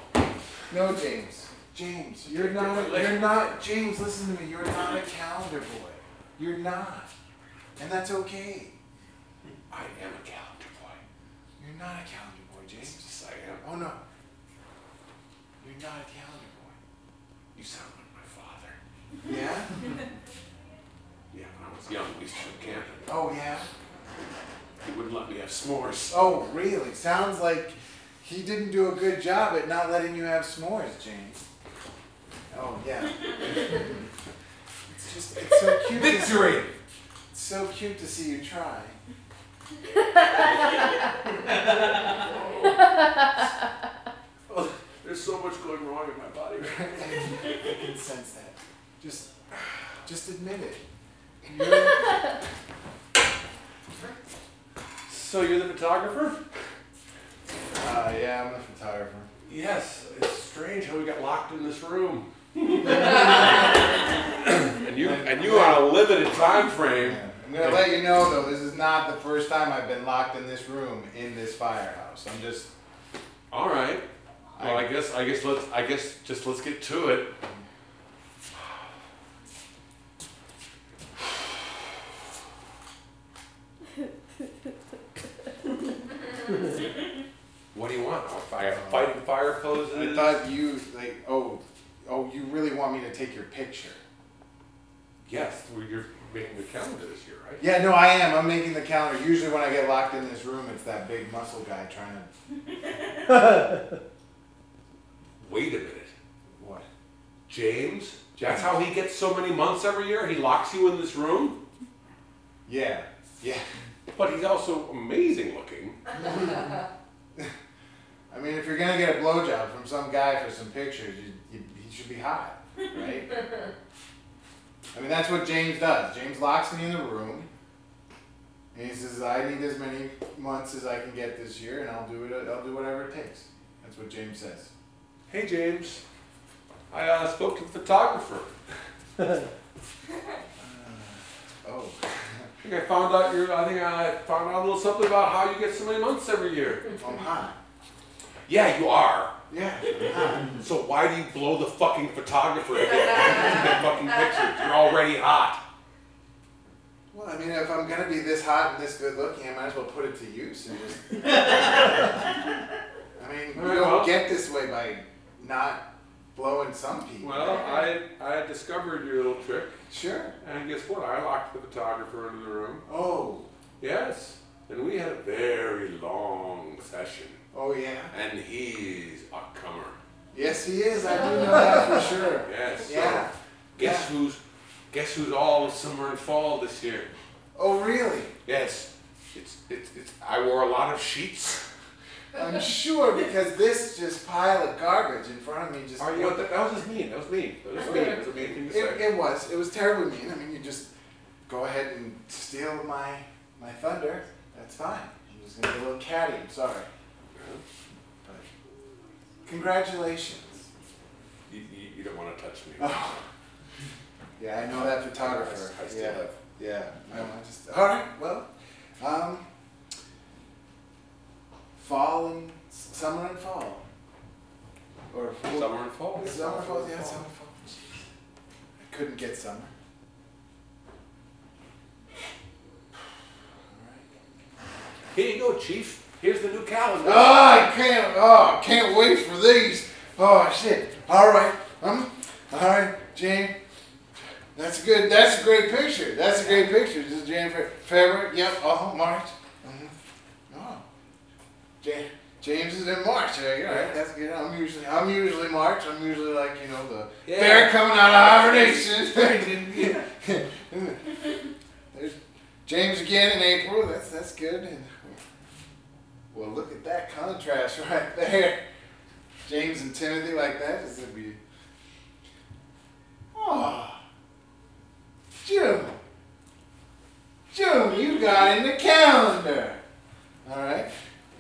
Speaker 4: no, James. James, you're not. A, you're not. James, listen to me. You're not a calendar boy. You're not, and that's okay.
Speaker 5: no. I am a calendar boy.
Speaker 4: You're not a calendar boy, James.
Speaker 5: Yes, I am.
Speaker 4: Oh no. You're not a calendar boy.
Speaker 5: You sound like my father.
Speaker 4: Yeah.
Speaker 5: Yeah, when I was young, we used to go camping.
Speaker 4: Oh yeah.
Speaker 5: He wouldn't let me have s'mores.
Speaker 4: Oh really? Sounds like he didn't do a good job at not letting you have s'mores, James. Oh yeah. it's just it's so cute. to-
Speaker 5: Victory!
Speaker 4: It's so cute to see you try.
Speaker 5: Oh, there's so much going wrong in my body.
Speaker 4: I can sense that. Just just admit it. You're-
Speaker 5: So you're the photographer?
Speaker 4: Uh, yeah, I'm a photographer.
Speaker 5: Yes, it's strange how we got locked in this room. and you and you on a limited time frame.
Speaker 4: Yeah. I'm gonna let you know though, this is not the first time I've been locked in this room in this firehouse. I'm just
Speaker 5: All right. Well, I guess I guess let's I guess just let's get to it. what do you want? Oh, Fire, fighting fire poses.
Speaker 4: I thought you like oh oh you really want me to take your picture.
Speaker 5: yes, well, you're making the calendar this year, right?
Speaker 4: Yeah, no, I am. I'm making the calendar. Usually when I get locked in this room it's that big muscle guy trying to
Speaker 5: Wait a minute,
Speaker 4: what?
Speaker 5: James. That's how he gets so many months every year. He locks you in this room,
Speaker 4: Yeah. Yeah.
Speaker 5: but he's also amazing looking.
Speaker 4: I mean if you're gonna get a blowjob from some guy for some pictures, you, you he should be hot, right? I mean that's what James does. James locks me in the room and he says, I need as many months as I can get this year and I'll do it I'll do whatever it takes. That's what James says.
Speaker 5: Hey, James. I uh, spoke to the photographer.
Speaker 4: Oh.
Speaker 5: I think I found out your. I think I found out a little something about how you get so many months every year.
Speaker 4: I'm hot.
Speaker 5: Yeah, you are.
Speaker 4: Yeah, I'm hot.
Speaker 5: So why do you blow the fucking photographer again? Get fucking pictures. You're already hot.
Speaker 4: Well, I mean, if I'm gonna be this hot and this good looking, I might as well put it to use and just. I mean, you
Speaker 5: Alright,
Speaker 4: don't
Speaker 5: well-
Speaker 4: get this way by not blowing some people.
Speaker 5: Well, I I discovered your little trick,
Speaker 4: sure.
Speaker 5: and guess what? I locked the photographer into the room.
Speaker 4: Oh,
Speaker 5: Yes, and we had a very long session,
Speaker 4: oh yeah.
Speaker 5: and he's a comer.
Speaker 4: Yes, he is. I do know that for sure.
Speaker 5: Yes. so
Speaker 4: Yeah.
Speaker 5: Guess
Speaker 4: Yeah.
Speaker 5: who's guess who's all summer and fall this year?
Speaker 4: Oh, really?
Speaker 5: Yes. It's, it's, it's, I wore a lot of sheets.
Speaker 4: I'm sure because this just pile of garbage in front of me just.
Speaker 5: Are you, that, that was just mean. That was mean. That was mean. That was a mean thing to
Speaker 4: It,
Speaker 5: say.
Speaker 4: it was. It was terribly mean. I mean, you just go ahead and steal my my thunder. That's fine. I'm just gonna be a little catty. I'm sorry. But congratulations.
Speaker 5: You, you, you don't want to touch me.
Speaker 4: Oh. Yeah, I know that photographer.
Speaker 5: I still
Speaker 4: yeah.
Speaker 5: have- Mm-hmm.
Speaker 4: Yeah. No, I just. All right. Well. Um. Fall and summer and fall. Or
Speaker 5: Summer and fall.
Speaker 4: Summer falls, yeah, summer falls. I couldn't get summer.
Speaker 5: Here you go, Chief. Here's the new calendar.
Speaker 4: Oh, I can't. Oh, I can't wait for these. Oh shit. All right. Um. All right, Jan. That's good. That's a great picture. That's a great picture. This is Jan Fe- February. Yep. Oh, March. Mhm. Oh. Jan. James is in March. Yeah, you're right. That's good. I'm usually I'm usually March. I'm usually like you know the
Speaker 5: Yeah.
Speaker 4: bear coming out of hibernation. There's James again in April. That's that's good. And well, look at that contrast right there. James and Timothy like that is gonna be. Oh, June. June, you got in the calendar. All right,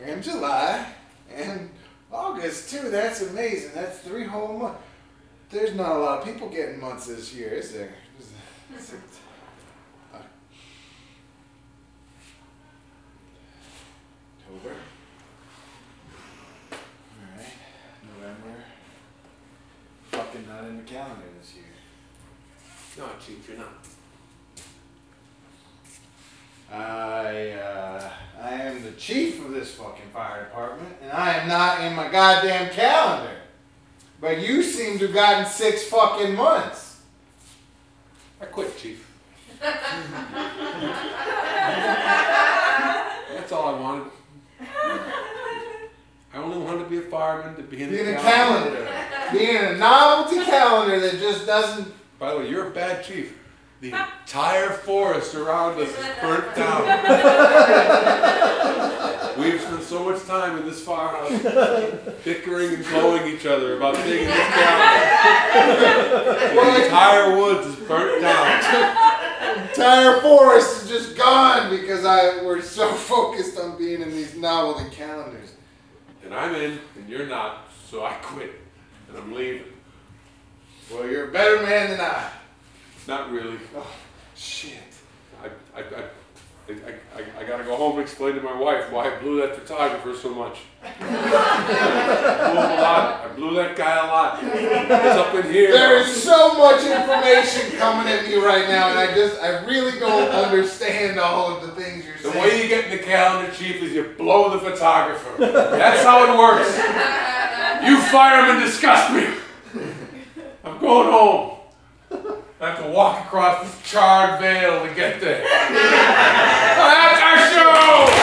Speaker 4: and July and August too. That's amazing. That's three whole months. There's not a lot of people getting months this year, is there? Is there- is there- October. Alright. November. Fucking not in the calendar this year.
Speaker 5: No, Chief, you're not.
Speaker 4: I uh, I am the chief of this fucking fire department, and I am not in my goddamn calendar. But you seem to have gotten six fucking months.
Speaker 5: I quit, Chief. That's all I wanted. I only wanted to be a fireman to be in,
Speaker 4: Be
Speaker 5: the
Speaker 4: in a Being a novelty calendar that just doesn't.
Speaker 5: By the way, you're a bad chief. The entire forest around us is burnt down. We've spent so much time in this firehouse bickering and blowing each other about taking this down. the entire woods is burnt down.
Speaker 4: Entire forest is just gone because I we're so focused on being in these novelty calendars.
Speaker 5: And I'm in, and you're not, so I quit. And I'm leaving.
Speaker 4: Well, you're a better man than I.
Speaker 5: Not really.
Speaker 4: Oh, shit.
Speaker 5: I, I, I, I, I, I gotta go home and explain to my wife why I blew that photographer so much. I blew him a lot. I blew that guy a lot. It's up in here.
Speaker 4: There is so much information coming at me right now, and I just, I really don't understand all of the things you're
Speaker 5: the
Speaker 4: saying.
Speaker 5: way you get in the calendar, chief, is you blow the photographer. That's how it works. You firemen disgust me. I'm going home. I have to walk across this charred veil to get there. That's our show.